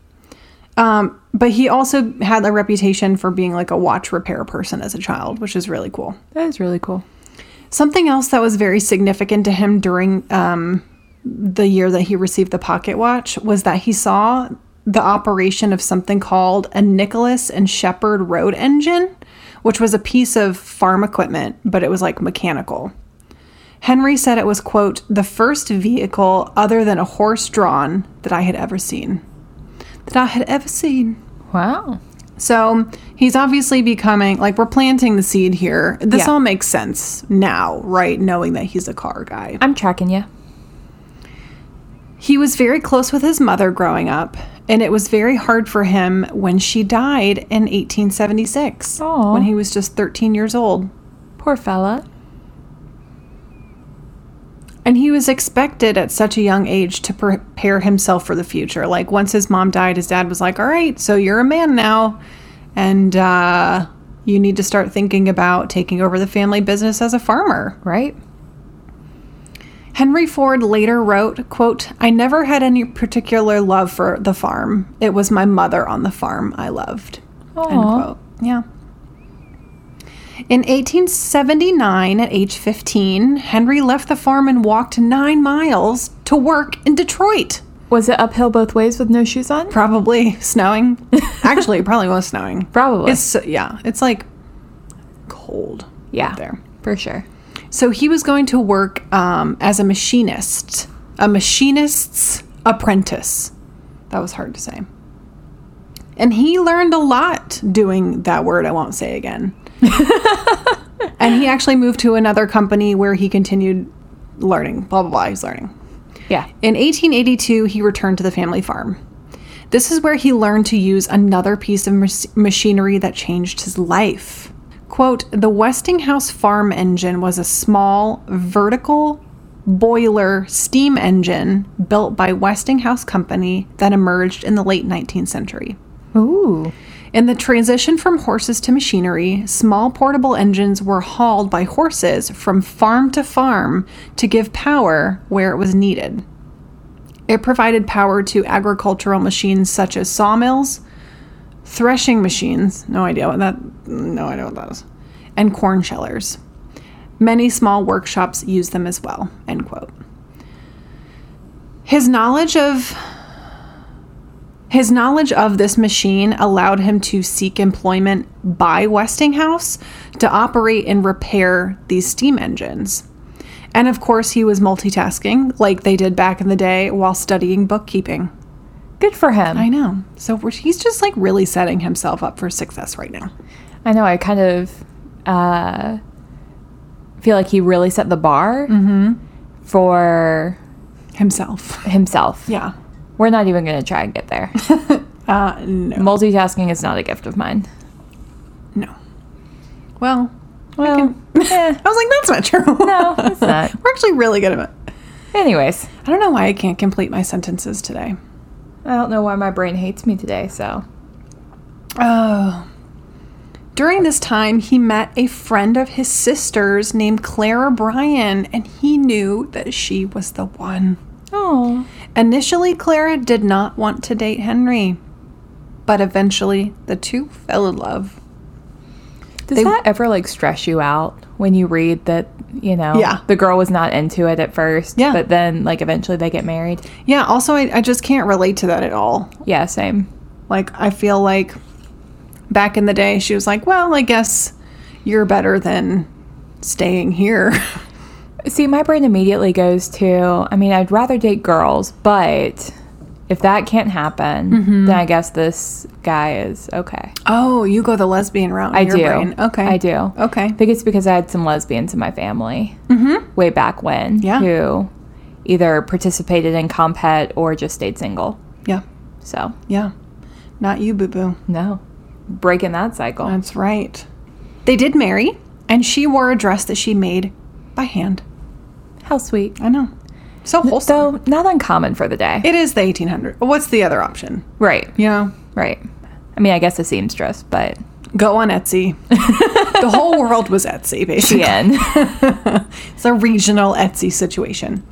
Um, but he also had a reputation for being like a watch repair person as a child, which is really cool. That is really cool. Something else that was very significant to him during um, the year that he received the pocket watch was that he saw the operation of something called a Nicholas and Shepard road engine, which was a piece of farm equipment, but it was like mechanical. Henry said it was, quote, the first vehicle other than a horse drawn that I had ever seen. That I had ever seen. Wow. So he's obviously becoming like we're planting the seed here. This Yeah. all makes sense now, right? Knowing that he's a car guy. I'm tracking you. He was very close with his mother growing up, and it was very hard for him when she died in 1876 Aw. when he was just 13 years old. Poor fella. And he was expected at such a young age to prepare himself for the future. Like once his mom died, his dad was like, "All right, so you're a man now, and uh, you need to start thinking about taking over the family business as a farmer." Right? Henry Ford later wrote, quote, I never had any particular love for the farm. It was my mother on the farm I loved. End Aw. quote. Yeah. In 1879, at age 15, Henry left the farm and walked nine miles to work in Detroit. Was it uphill both ways with no shoes on? Probably snowing. Actually, it probably was snowing. Probably. It's, yeah, it's like cold yeah. there. For sure. So he was going to work um, as a machinist, a machinist's apprentice. That was hard to say. And he learned a lot doing that word I won't say again. and he actually moved to another company where he continued learning, blah, blah, blah. He's learning. Yeah. In 1882, he returned to the family farm. This is where he learned to use another piece of mach- machinery that changed his life. Quote The Westinghouse farm engine was a small, vertical boiler steam engine built by Westinghouse Company that emerged in the late 19th century. Ooh. In the transition from horses to machinery, small portable engines were hauled by horses from farm to farm to give power where it was needed. It provided power to agricultural machines such as sawmills, threshing machines, no idea what that no idea what that is, and corn shellers. Many small workshops use them as well. End quote. His knowledge of his knowledge of this machine allowed him to seek employment by Westinghouse to operate and repair these steam engines. And of course, he was multitasking like they did back in the day while studying bookkeeping. Good for him. I I, know. So we're, he's just like really setting himself up for success right now. know. I kind of uh, feel like he really set the bar Mm-hmm. for Himself. himself. Yeah. We're not even going to try and get there. Uh, no. Multitasking is not a gift of mine. No. Well, Well, eh, I was like, that's not true. no, it's not. we're actually really good at it. Anyways, I don't know why I can't complete my sentences today. I don't know why my brain hates me today. So, Oh. During this time, he met a friend of his sister's named Clara Bryan, and he knew that she was the one. oh, Initially, Clara did not want to date Henry, but eventually the two fell in love. does They- that ever like stress you out when you read that you know Yeah. the girl was not into it at first, Yeah. but then like eventually they get married? Yeah, also, I, I just can't relate to that at all. Yeah, same. Like, I feel like back in the day, she was like, well, I guess you're better than staying here. See, my brain immediately goes to I mean, I'd rather date girls, but if that can't happen, Mm-hmm. then I guess this guy is okay. oh, you go the lesbian route in I your do. brain. Okay. I do. Okay. I think it's because I had some lesbians in my family way back when Mm-hmm. Yeah. who either participated in compet or just stayed single. Yeah. So, Yeah. Not you, boo boo. no, breaking that cycle. That's right. They did marry, and she wore a dress that she made by hand. How sweet. I know. So wholesome. So, not uncommon for the day. it is the 1800. What's the other option? right, You know, right. I mean, I guess a seamstress, but go on Etsy. the whole world was Etsy, basically. again, It's a regional Etsy situation.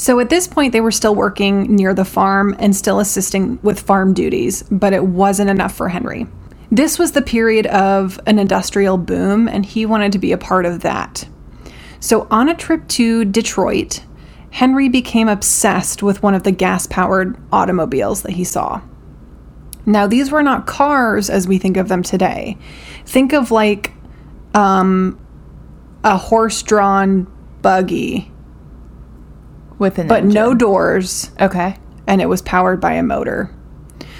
So at this point, they were still working near the farm and still assisting with farm duties, but it wasn't enough for Henry. This was the period of an industrial boom, and he wanted to be a part of that. So on a trip to Detroit, Henry became obsessed with one of the gas powered automobiles that he saw. Now, these were not cars as we think of them today. Think of like a horse drawn buggy, with an but no doors, Okay. and it was powered by a motor.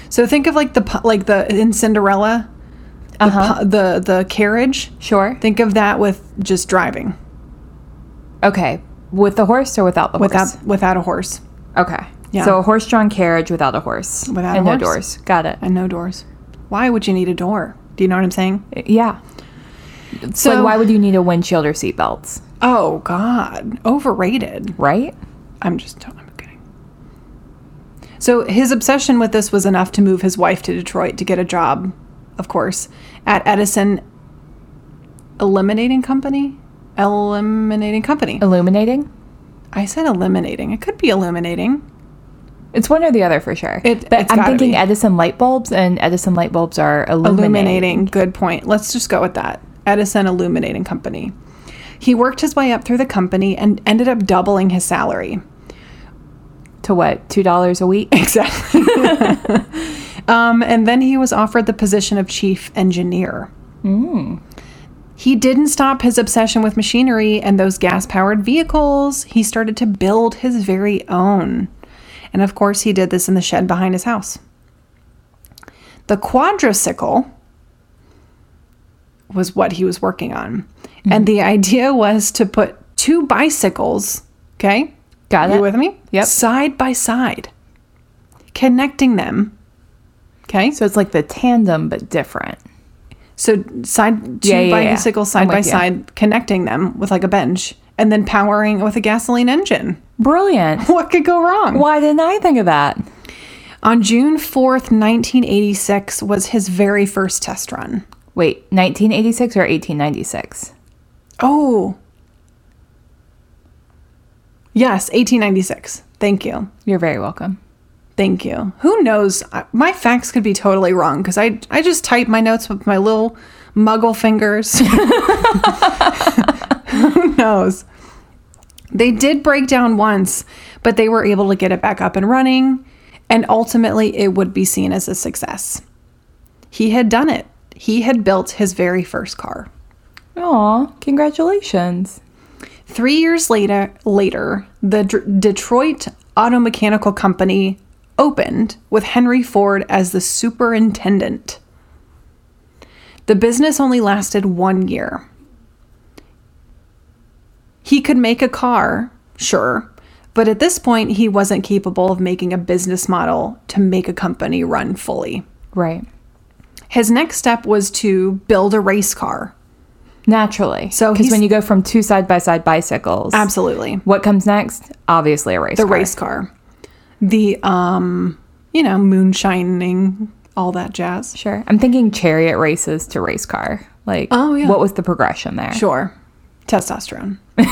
So think of like the pu- like the in Cinderella, the Uh-huh. pu- the, the carriage. Sure. Think of that with just driving Okay. With the horse or without the without horse? without a horse Okay. Yeah. So a horse drawn carriage without a horse. Without a and no horse. doors. Got it. and no doors. Why would you need a door? Do you know what I'm saying? Yeah. So like, why would you need a windshield or seatbelts? Oh God, overrated. Right? I'm just I'm kidding. So his obsession with this was enough to move his wife to Detroit to get a job, of course, at Edison Eliminating Company. Eliminating Company. Illuminating? I said eliminating. It could be illuminating. It's one or the other for sure. It- but it's I'm gotta thinking be. Edison light bulbs, and Edison light bulbs are illuminating. Illuminating. Good point. Let's just go with that. Edison Illuminating Company. He worked his way up through the company and ended up doubling his salary. To what? Two dollars a week? Exactly. um, and then he was offered the position of chief engineer. He didn't stop his obsession with machinery and those gas powered vehicles. He started to build his very own. And of course, he did this in the shed behind his house. The quadricycle was what he was working on. And the idea was to put two bicycles, okay? Got you it. with me? Yep. Side by side, connecting them. Okay. So it's like the tandem, but different. So side two Yeah, yeah, yeah. bicycles I'm side by with you. side, connecting them with like a bench, and then powering it with a gasoline engine. Brilliant. What could go wrong? Why didn't I think of that? On June fourth, nineteen eighty six, was his very first test run. Wait, 1986 or 1896? Oh. Yes, eighteen ninety six. Thank you. You're very welcome. Thank you. Who knows? I- My facts could be totally wrong because I I just type my notes with my little muggle fingers. Who knows? They did break down once, but they were able to get it back up and running, and ultimately it would be seen as a success. He had done it. He had built his very first car. Aw, congratulations. Three years later, later, the D- Detroit Auto Mechanical Company opened with Henry Ford as the superintendent. The business only lasted one year. He could make a car, sure, but at this point, he wasn't capable of making a business model to make a company run fully. Right. His next step was to build a race car. Naturally. So because he's- when you go from two side by side bicycles, Absolutely. what comes next? Obviously, a race. the race car the um you know moonshining all that jazz Sure. I'm thinking chariot races to race car. Like, Oh, yeah. what was the progression there? sure testosterone um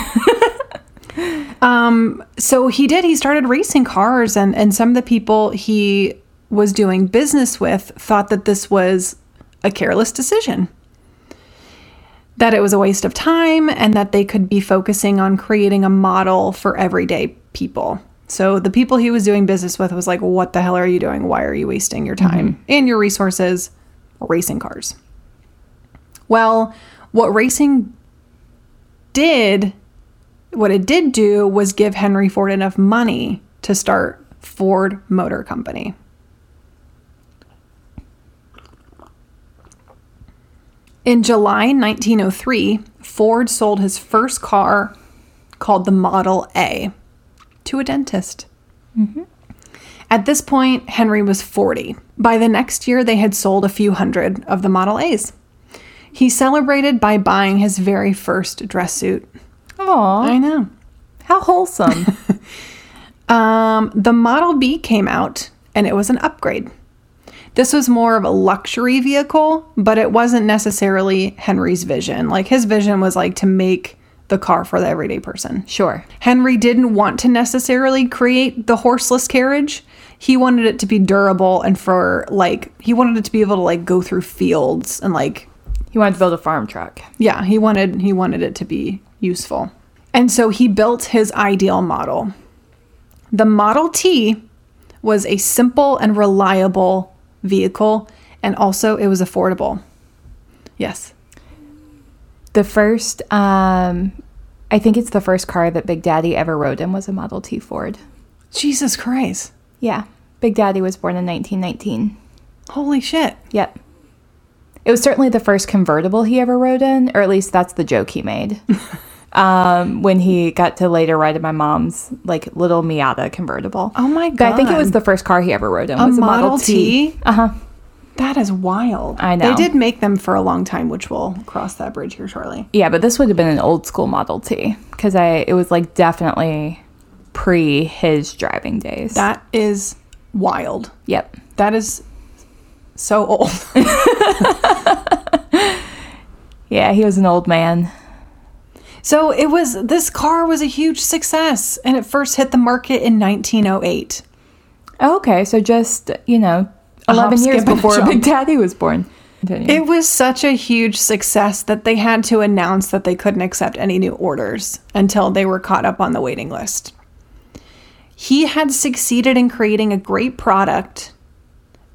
so he did he started racing cars and and some of the people he was doing business with thought that this was a careless decision that it was a waste of time and that they could be focusing on creating a model for everyday people. So the people he was doing business with was like, What the hell are you doing? Why are you wasting your time and your resources racing cars? Well, what racing did, what it did do was give Henry Ford enough money to start Ford Motor Company. In July 1903, Ford sold his first car called the Model A to a dentist. At this point, Henry was 40. By the next year, they had sold a few hundred of the Model A's. He celebrated by buying his very first dress suit. Aw, I know. how wholesome. Um, the Model B came out and it was an upgrade. This was more of a luxury vehicle, but it wasn't necessarily Henry's vision. Like his vision was like to make the car for the everyday person. sure. Henry didn't want to necessarily create the horseless carriage. He wanted it to be durable and for like he wanted it to be able to like go through fields and like He wanted to build a farm truck. yeah, he wanted he wanted it to be useful. And so he built his ideal model. The Model T was a simple and reliable vehicle and also it was affordable. Yes. The first, um, I think it's the first car that Big Daddy ever rode in was a Model T Ford. Jesus Christ. Yeah. Big Daddy was born in 1919. Holy shit. Yep. It was certainly the first convertible he ever rode in, or at least that's the joke he made. um, when he got to later ride in my mom's like little Miata convertible. Oh my But I think it was God. the first car he ever rode in. A was Model, T. T? Uh-huh. That is wild. I They know. did make them for a long time, which we'll cross that bridge here shortly. Yeah, but this would have been an old school Model T because I it was like definitely pre his driving days. That is wild. yep. That is so old. Yeah, he was an old man. So it was oh this car was a huge success and it first hit the market in 1908. Oh, Okay, so just, you know, 11 hop, years skip, and a before jump. Big Daddy was born. Continue. It was such a huge success that they had to announce that they couldn't accept any new orders until they were caught up on the waiting list. He had succeeded in creating a great product,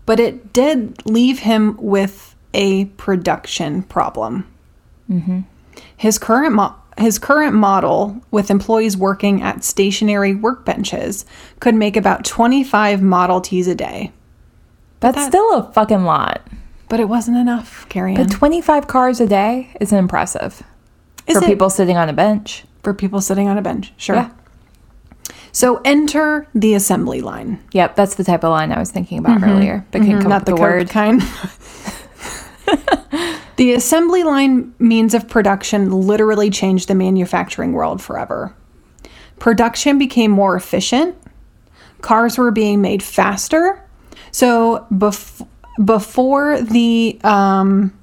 but it did leave him with a production problem. Mm-hmm. His current mo- his current model, with employees working at stationary workbenches, could make about 25 Model Ts a day. That's that- still a fucking lot. But it wasn't enough, Carrie. But Ann. 25 cars a day is impressive Is for it- people sitting on a bench. for people sitting on a bench. Sure. Yeah. So enter the assembly line, Yep, that's the type of line I was thinking about earlier, but can't come Mm-hmm. not up the, with the Coke word. kind. the assembly line means of production literally changed the manufacturing world forever. Production became more efficient. Cars were being made faster. So bef- before the um,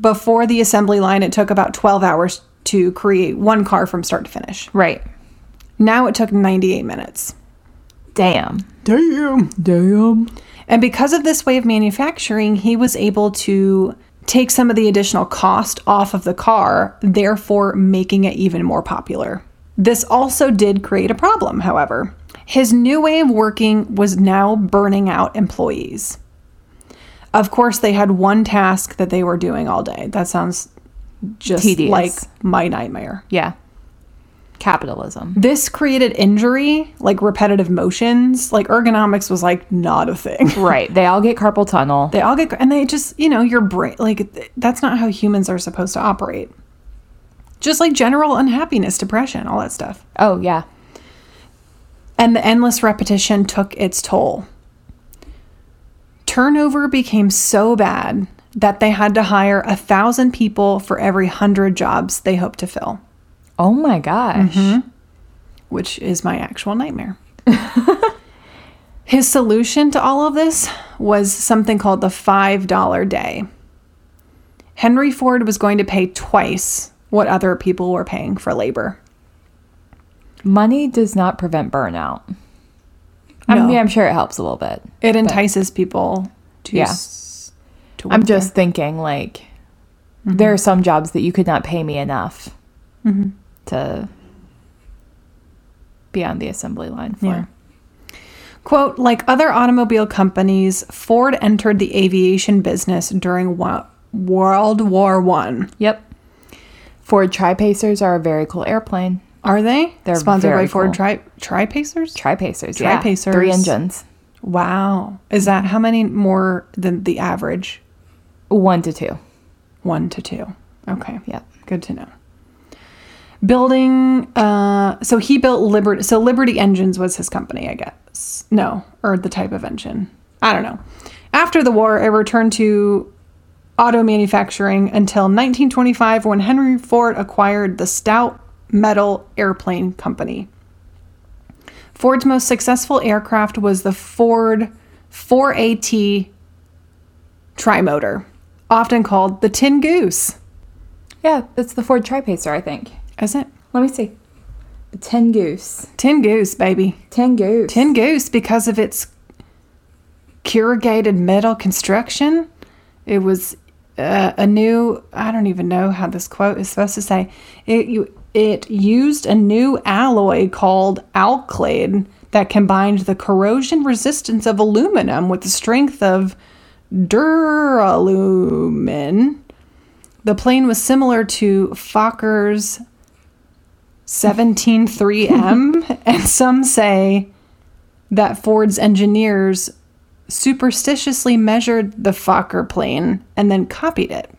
before the assembly line, it took about twelve hours to create one car from start to finish. Right. Now it took 98 minutes. Damn. Damn. Damn. And because of this way of manufacturing, he was able to take some of the additional cost off of the car, therefore making it even more popular. This also did create a problem, however. His new way of working was now burning out employees. Of course, they had one task that they were doing all day. That sounds just Tedious. like my nightmare. Yeah. Capitalism. This created injury, like repetitive motions. Like ergonomics was like not a thing. Right. They all get carpal tunnel. They all get, and they just, you know, your brain, like, th- that's not how humans are supposed to operate. Just like general unhappiness, depression, all that stuff. oh, yeah. And the endless repetition took its toll. Turnover became so bad that they had to hire a thousand people for every hundred jobs they hoped to fill, Oh my gosh. Mm-hmm. which is my actual nightmare. His solution to all of this was something called the $5 day. Henry Ford was going to pay twice what other people were paying for labor. Money does not prevent burnout. I No. mean, I'm sure it helps a little bit. It entices people to. Yeah. s- to I'm work just thinking, like, Mm-hmm. there are some jobs that you could not pay me enough to be on the assembly line for. Yeah. Quote, like other automobile companies, Ford entered the aviation business during wo- World War One. Yep. Ford Tri Pacers are a very cool airplane. Are they? They're sponsored very by Ford cool. Tri Tri Pacers. Tri Pacers. Tri Pacers. Three Tri-Pacers. engines, wow, is that how many more than the average? one to two. One to two. Okay. Yep. Good to know. Building. Uh, so he built Liberty. So Liberty Engines was his company, I guess. No, or the type of engine. I don't know. After the war, it returned to auto manufacturing until 1925, when Henry Ford acquired the Stout Metal Airplane Company. Ford's most successful aircraft was the Ford 4AT trimotor, often called the Tin Goose. Yeah, that's the Ford Tri Pacer, I think. Is it? Let me see. The Ten Goose. Tin goose, baby. Ten Goose. Tin goose because of its corrugated metal construction. It was uh, a new, I don't even know how this quote is supposed to say. It, you, it used a new alloy called alclade that combined the corrosion resistance of aluminum with the strength of duralumin. The plane was similar to Fokker's 173M, and some say that Ford's engineers superstitiously measured the Fokker plane and then copied it.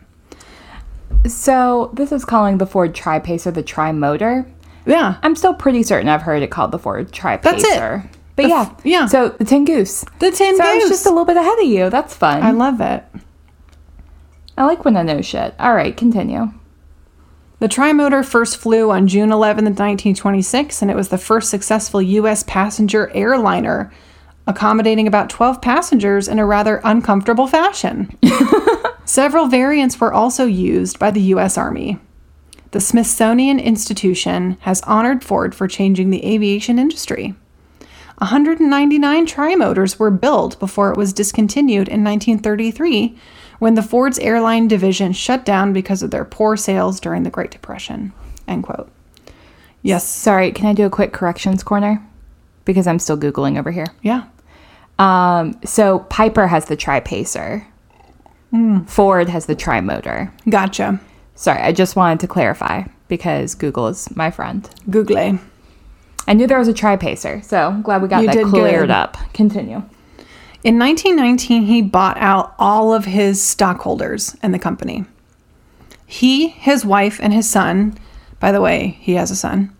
So this is calling the Ford Tri Pacer the Tri Motor. Yeah. I'm still pretty certain I've heard it called the Ford Tri Pacer. That's it. But The yeah, f- yeah. So the Tin Goose. The tin so I was goose. just a little bit ahead of you. That's fun. I love it. I like when I know shit. All right, continue. The trimotor first flew on June 11, 1926, and it was the first successful U.S. passenger airliner, accommodating about 12 passengers in a rather uncomfortable fashion. Several variants were also used by the U.S. Army. The Smithsonian Institution has honored Ford for changing the aviation industry. 199 trimotors were built before it was discontinued in 1933 when the Ford's airline division shut down because of their poor sales during the Great Depression. End quote. Yes. Sorry, can I do a quick corrections corner? Because I'm still Googling over here. Yeah. Um, so Piper has the tri pacer, Hmm. Ford has the tri motor. Gotcha. Sorry, I just wanted to clarify because Google is my friend. Google. I knew there was a tri pacer, so I'm glad we got You that did cleared good. up. Continue. In 1919, he bought out all of his stockholders in the company. He, his wife, and his son, by the way, he has a son,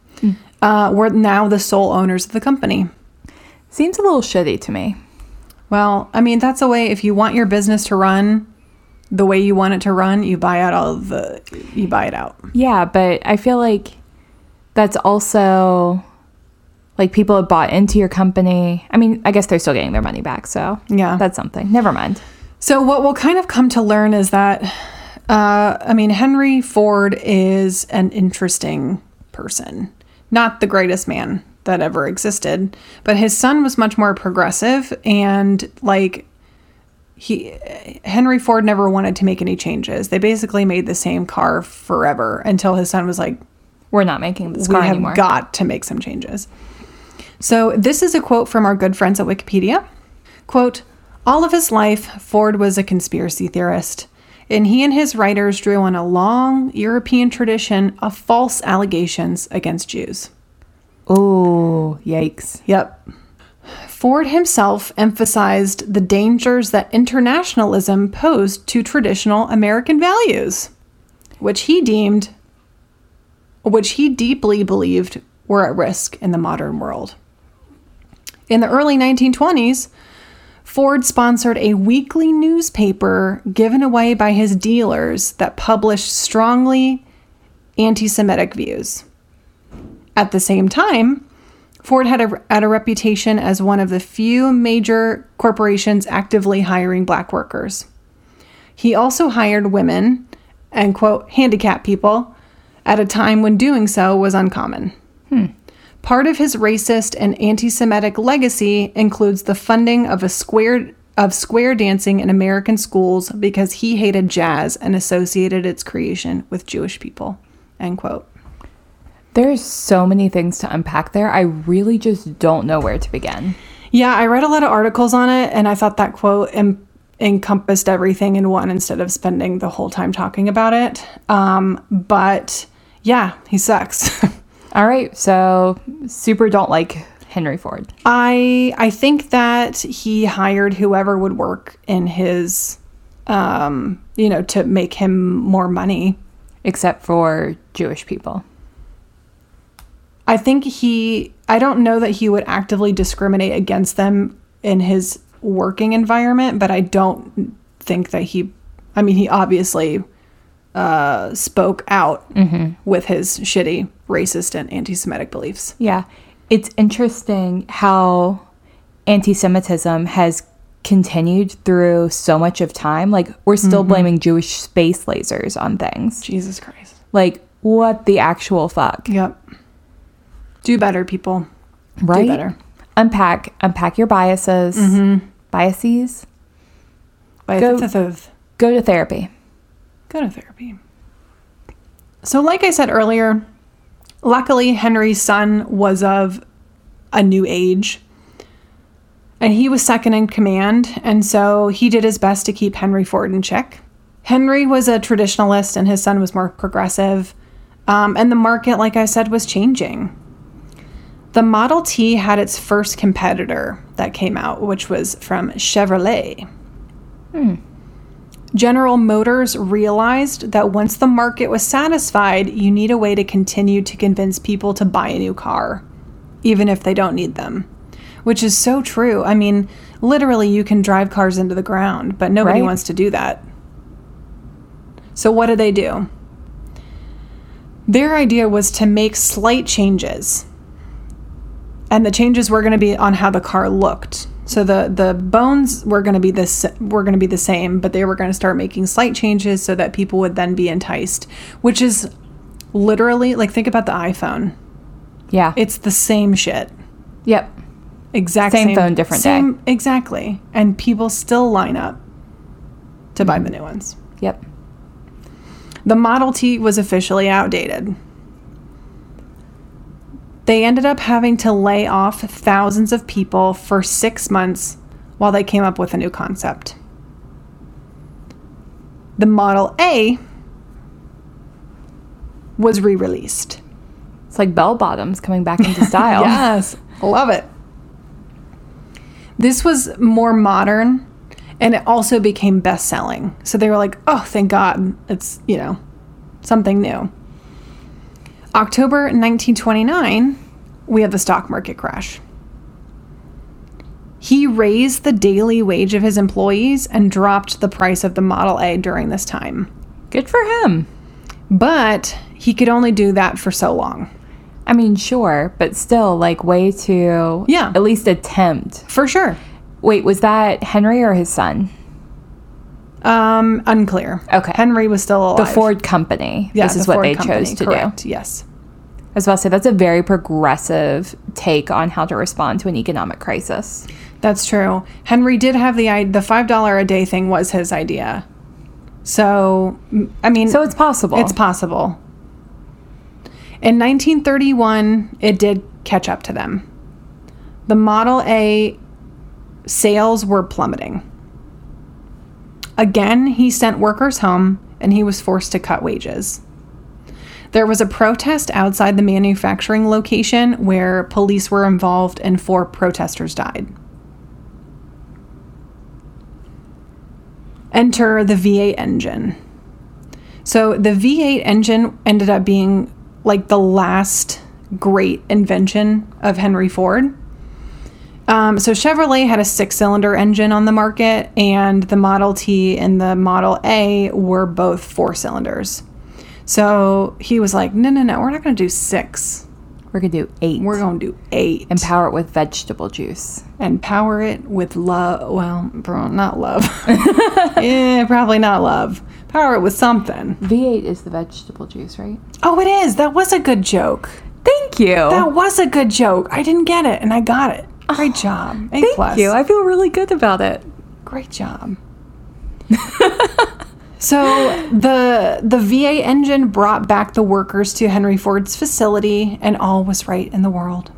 uh, were now the sole owners of the company. Seems a little shitty to me. Well, I mean, that's a way if you want your business to run the way you want it to run, you buy out all of the, you buy it out. Yeah, but I feel like that's also like people have bought into your company. I mean, I guess they're still getting their money back, so Yeah. that's something. Never mind. So, what we'll kind of come to learn is that, uh, I mean, Henry Ford is an interesting person, not the greatest man that ever existed, but his son was much more progressive and like he Henry Ford never wanted to make any changes. They basically made the same car forever until his son was like, We're not making this we car have anymore. got to make some changes. So this is a quote from our good friends at Wikipedia. Quote, all of his life, Ford was a conspiracy theorist, and he and his writers drew on a long European tradition of false allegations against Jews. oh, yikes. Yep. Ford himself emphasized the dangers that internationalism posed to traditional American values, which he deemed, which he deeply believed were at risk in the modern world. In the early 1920s, Ford sponsored a weekly newspaper given away by his dealers that published strongly anti Semitic views. At the same time, Ford had a, had a reputation as one of the few major corporations actively hiring black workers. He also hired women and, quote, handicapped people at a time when doing so was uncommon. Part of his racist and anti Semitic legacy includes the funding of a square of square dancing in American schools because he hated jazz and associated its creation with Jewish people. End quote. There's so many things to unpack there. I really just don't know where to begin. Yeah, I read a lot of articles on it, and I thought that quote em- encompassed everything in one instead of spending the whole time talking about it. Um, but yeah, he sucks. All right, so super don't like Henry Ford. I I think that he hired whoever would work in his, um, you know, to make him more money. except for Jewish people. I think he, I don't know that he would actively discriminate against them in his working environment, but I don't think that he, I mean, he obviously uh, spoke out with his shitty racist and anti Semitic beliefs. Yeah. It's interesting how anti Semitism has continued through so much of time. Like, we're still blaming Jewish space lasers on things. Jesus Christ. Like, what the actual fuck? Yep. Do better, people. Right? better. Unpack, unpack your biases, biases. By Go- a fifth of Go to therapy. go to therapy. So, like I said earlier, luckily Henry's son was of a new age and he was second in command, and so he did his best to keep Henry Ford in check. Henry was a traditionalist and his son was more progressive, um, and the market, like I said, was changing. The Model T had its first competitor that came out, which was from Chevrolet. General Motors realized that once the market was satisfied, you need a way to continue to convince people to buy a new car, even if they don't need them. Which is so true. I mean, literally, you can drive cars into the ground, but nobody Right. wants to do that. So, what do they do? Their idea was to make slight changes. And the changes were going to be on how the car looked. So the the bones were going to be this were going to be the same, but they were going to start making slight changes so that people would then be enticed, which is literally like think about the iPhone. Yeah. It's the same shit. yep. Exact Same phone, different day. same- Exactly. And people still line up to Mm-hmm. buy the new ones. Yep. The Model T was officially outdated. They ended up having to lay off thousands of people for six months while they came up with a new concept. The Model A was re released. It's like bell bottoms coming back into style. Yes, love it. This was more modern and it also became best selling. So they were like, oh, thank God, it's, you know, something new. October 1929, we have the stock market crash. He raised the daily wage of his employees and dropped the price of the Model A during this time. Good for him. But he could only do that for so long. I mean, sure, but still, like, way to Yeah. at least attempt. For sure. Wait, was that Henry or his son? Um, unclear. Okay. Henry was still alive. The Ford company. Yeah, this is the what Ford they company, chose to correct, do. Yes. I was about to say that's a very progressive take on how to respond to an economic crisis. That's true. Henry did have the i- the five dollar a day thing was his idea. So m- I mean, So it's possible. it's possible. In 1931, it did catch up to them. The Model A sales were plummeting. Again, he sent workers home and he was forced to cut wages. There was a protest outside the manufacturing location where police were involved and four protesters died. Enter the V8 engine. So the V8 engine ended up being like the last great invention of Henry Ford. Um, so Chevrolet had a six-cylinder engine on the market, and the Model T and the Model A were both four cylinders. So he was like, "No, no, no, we're not going to do six. We're gonna do eight. We're going to do eight and power it with vegetable juice. and power it with love. Well, bro, not love. Eh, probably not love. Power it with something. V8 is the vegetable juice, right? Oh, it is. That was a good joke." Thank you. That was a good joke. I didn't get it, and I got it. Great job. A Thank plus. you. I feel really good about it. Great job. so the the VA engine brought back the workers to Henry Ford's facility, and all was right in the world.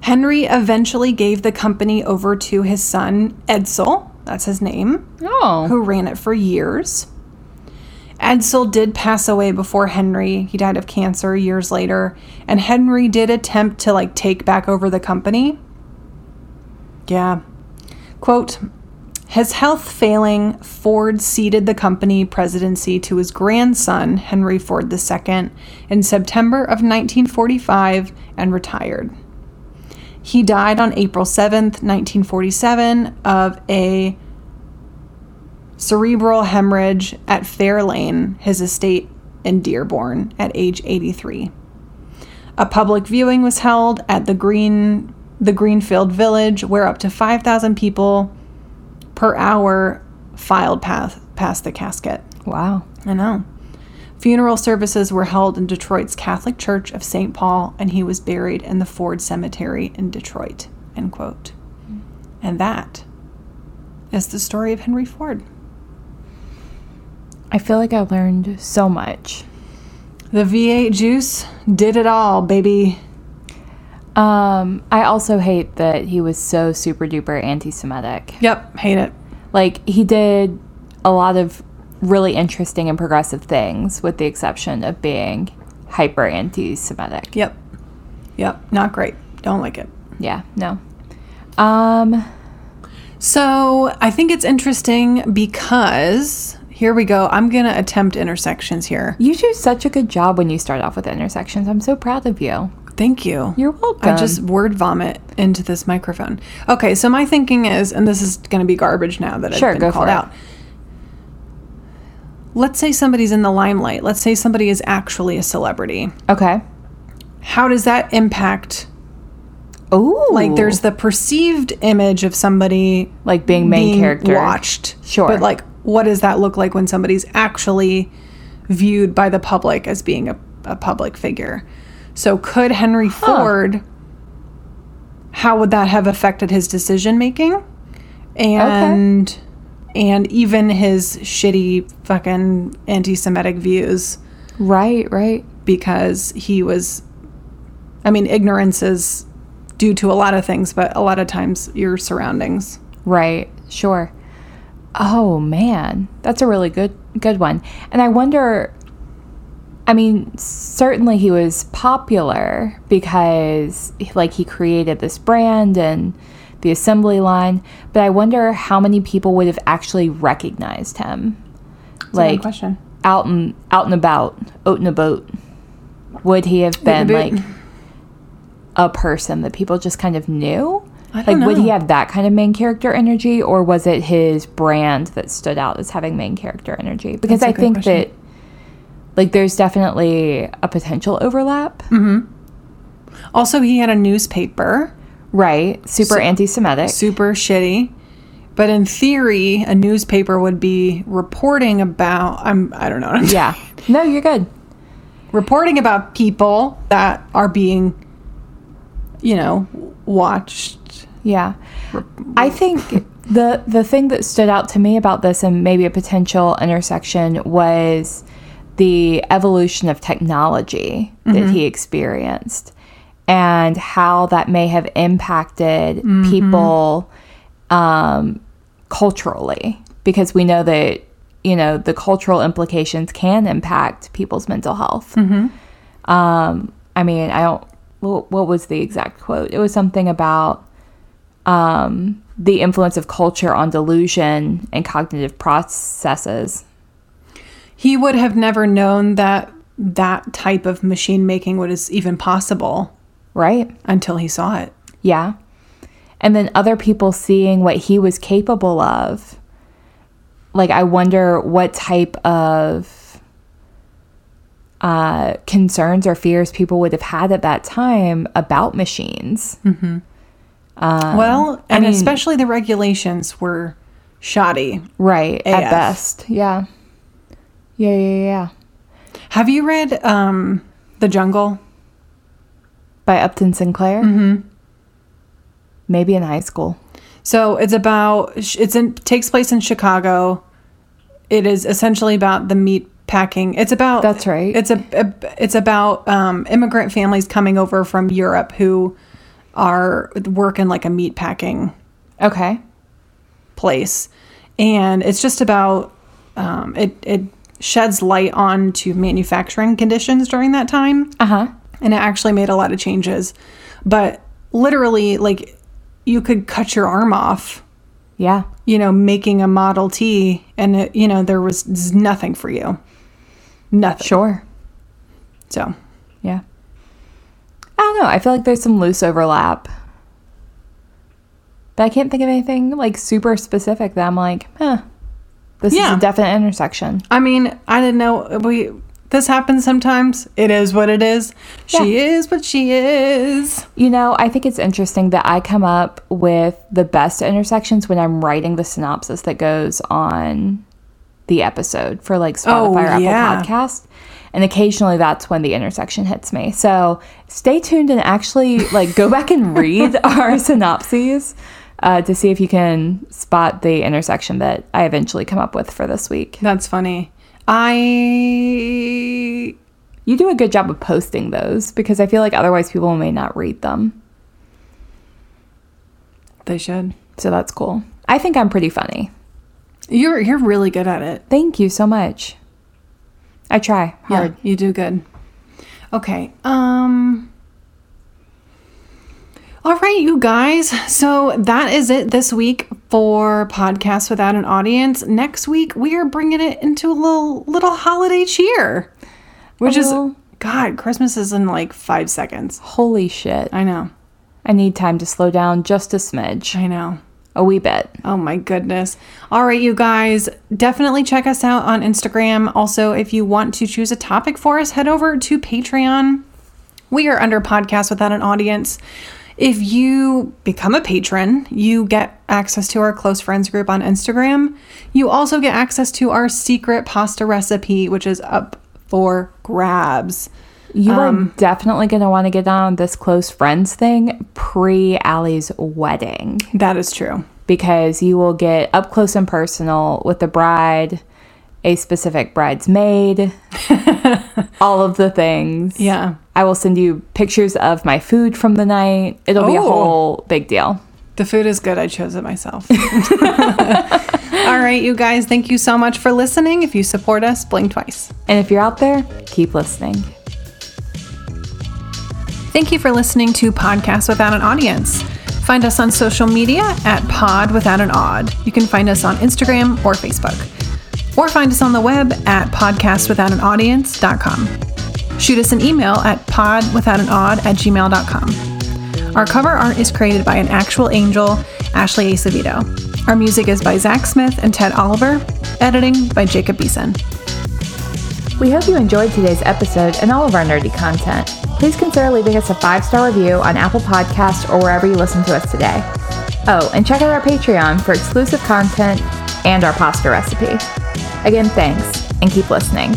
Henry eventually gave the company over to his son Edsel. That's his name Oh. who ran it for years. Edsel did pass away before Henry. He died of cancer years later, and Henry did attempt to like take back over the company. Yeah. Quote His health failing, Ford ceded the company presidency to his grandson, Henry Ford II, in September of 1945 and retired. He died on April 7th, 1947, of a cerebral hemorrhage at Fairlane, his estate in Dearborn, at age 83. A public viewing was held at the Green the Greenfield Village, where up to 5,000 people per hour filed past, past the casket. Wow. I know. Funeral services were held in Detroit's Catholic Church of St. Paul, and he was buried in the Ford Cemetery in Detroit. End quote. And that is the story of Henry Ford. I feel like I learned so much. The V8 juice did it all, baby. Um, I also hate that he was so super duper anti Semitic. Yep, hate it. Like, he did a lot of really interesting and progressive things, with the exception of being hyper anti Semitic. Yep. Yep, not great. Don't like it. Yeah, no. Um, So I think it's interesting because here we go. I'm going to attempt intersections here. you do such a good job when you start off with intersections. I'm so proud of you. Thank you. You're welcome. I just word vomit into this microphone. Okay, so my thinking is, and this is going to be garbage now that Sure, I've been go called for it. out. Let's say somebody's in the limelight. Let's say somebody is actually a celebrity. Okay. How does that impact Oh, Like there's the perceived image of somebody like being main being character watched. Sure. But like what does that look like when somebody's actually viewed by the public as being a, a public figure? So could Henry Ford how would that have affected his decision making and and even his shitty fucking anti-Semitic views Right, right. because he was I mean ignorance is due to a lot of things, but a lot of times your surroundings. Right, sure. Oh man, that's a really good good one. And I wonder I mean, certainly he was popular because like he created this brand and the assembly line, but I wonder how many people would have actually recognized him. Good Like question. out and out and about, out and a boat. Would he have and been about. like a person that people just kind of knew? I like don't would he know. have that kind of main character energy or was it his brand that stood out as having main character energy? Because That's a I good think question. that like there's definitely a potential overlap. Mm. Also, he had a newspaper, Right. Super anti-Semitic. super shitty. But in theory, a newspaper would be reporting about I'm I don't know. what I'm yeah. No, you're good. reporting about people that are being you know, watched. Yeah. I think the the thing that stood out to me about this and maybe a potential intersection was the evolution of technology that he experienced and how that may have impacted people um, culturally because we know that you know the cultural implications can impact people's mental health um, I mean, I don't. What, what was the exact quote? It was something about um, the influence of culture on delusion and cognitive processes. He would have never known that that type of machine making was even possible Right? until he saw it. Yeah. And then other people seeing what he was capable of. Like, I wonder what type of uh, concerns or fears people would have had at that time about machines. well, and Um, mean- especially the regulations were shoddy. Right. At AF. best. Yeah. Yeah. Yeah. Yeah. Have you read um, The Jungle? by Upton Sinclair. Mm-hmm. Maybe in high school. So it's about it's in takes place in Chicago. It is essentially about the meat packing. It's about That's right. It's a, it's about um, immigrant families coming over from Europe who are work in like a meat packing Okay. place, and it's just about um, it it sheds light on to manufacturing conditions during that time Uh huh. and it actually made a lot of changes but literally like you could cut your arm off Yeah. you know, making a Model T, and it, you know, there was z- nothing for you, nothing. Sure. So, Yeah. I don't know. I feel like there's some loose overlap. But I can't think of anything like super specific that I'm like, huh, this is Yeah. a definite intersection. I mean, I didn't know we. This happens sometimes. It is what it is. She is what she is. You know, I think it's interesting that I come up with the best intersections when I'm writing the synopsis that goes on the episode for like Spotify Oh, or Apple yeah. Podcast. And occasionally that's when the intersection hits me. So stay tuned and actually like go back and read our synopses uh, to see if you can spot the intersection that I eventually come up with for this week. That's funny. I You do a good job of posting those because I feel like otherwise people may not read them. they should. So that's cool. I think I'm pretty funny. You're you're really good at it. Thank you so much. I try hard. Yeah, you do good. Okay. Um All right, you guys. So that is it this week for Podcasts Without an Audience. Next week we are bringing it into a little little holiday cheer. Which A is little- God, Christmas is in like 5 seconds. Holy shit. I know. I need time to slow down just a smidge. I know. A wee bit. Oh my goodness. All right, you guys, definitely check us out on Instagram. Also, if you want to choose a topic for us, head over to Patreon. We are under Podcast Without an Audience. If you become a patron, you get access to our close friends group on Instagram. You also get access to our secret pasta recipe, which is up for grabs. You Um, are definitely going to want to get on this close friends thing pre Allie's wedding That is true. because you will get up close and personal with the bride, a specific bridesmaid, all of the things. Yeah. I will send you pictures of my food from the night. It'll be a Oh. whole big deal. The food is good. I chose it myself. All right, you guys, thank you so much for listening. If you support us, blink twice. And if you're out there, keep listening. Thank you for listening to Podcast Without an Audience. Find us on social media at Pod Without an Odd. You can find us on Instagram or Facebook. Or find us on the web at podcastwithoutanaudience.com. Shoot us an email at podwithoutanodd at gmail.com. Our cover art is created by an actual angel, Ashley Acevedo. Our music is by Zach Smith and Ted Oliver. Editing by Jacob Beeson. We hope you enjoyed today's episode and all of our nerdy content. Please consider leaving us a five star review on Apple Podcasts or wherever you listen to us today. Oh, and check out our Patreon for exclusive content and our pasta recipe. Again, thanks and keep listening.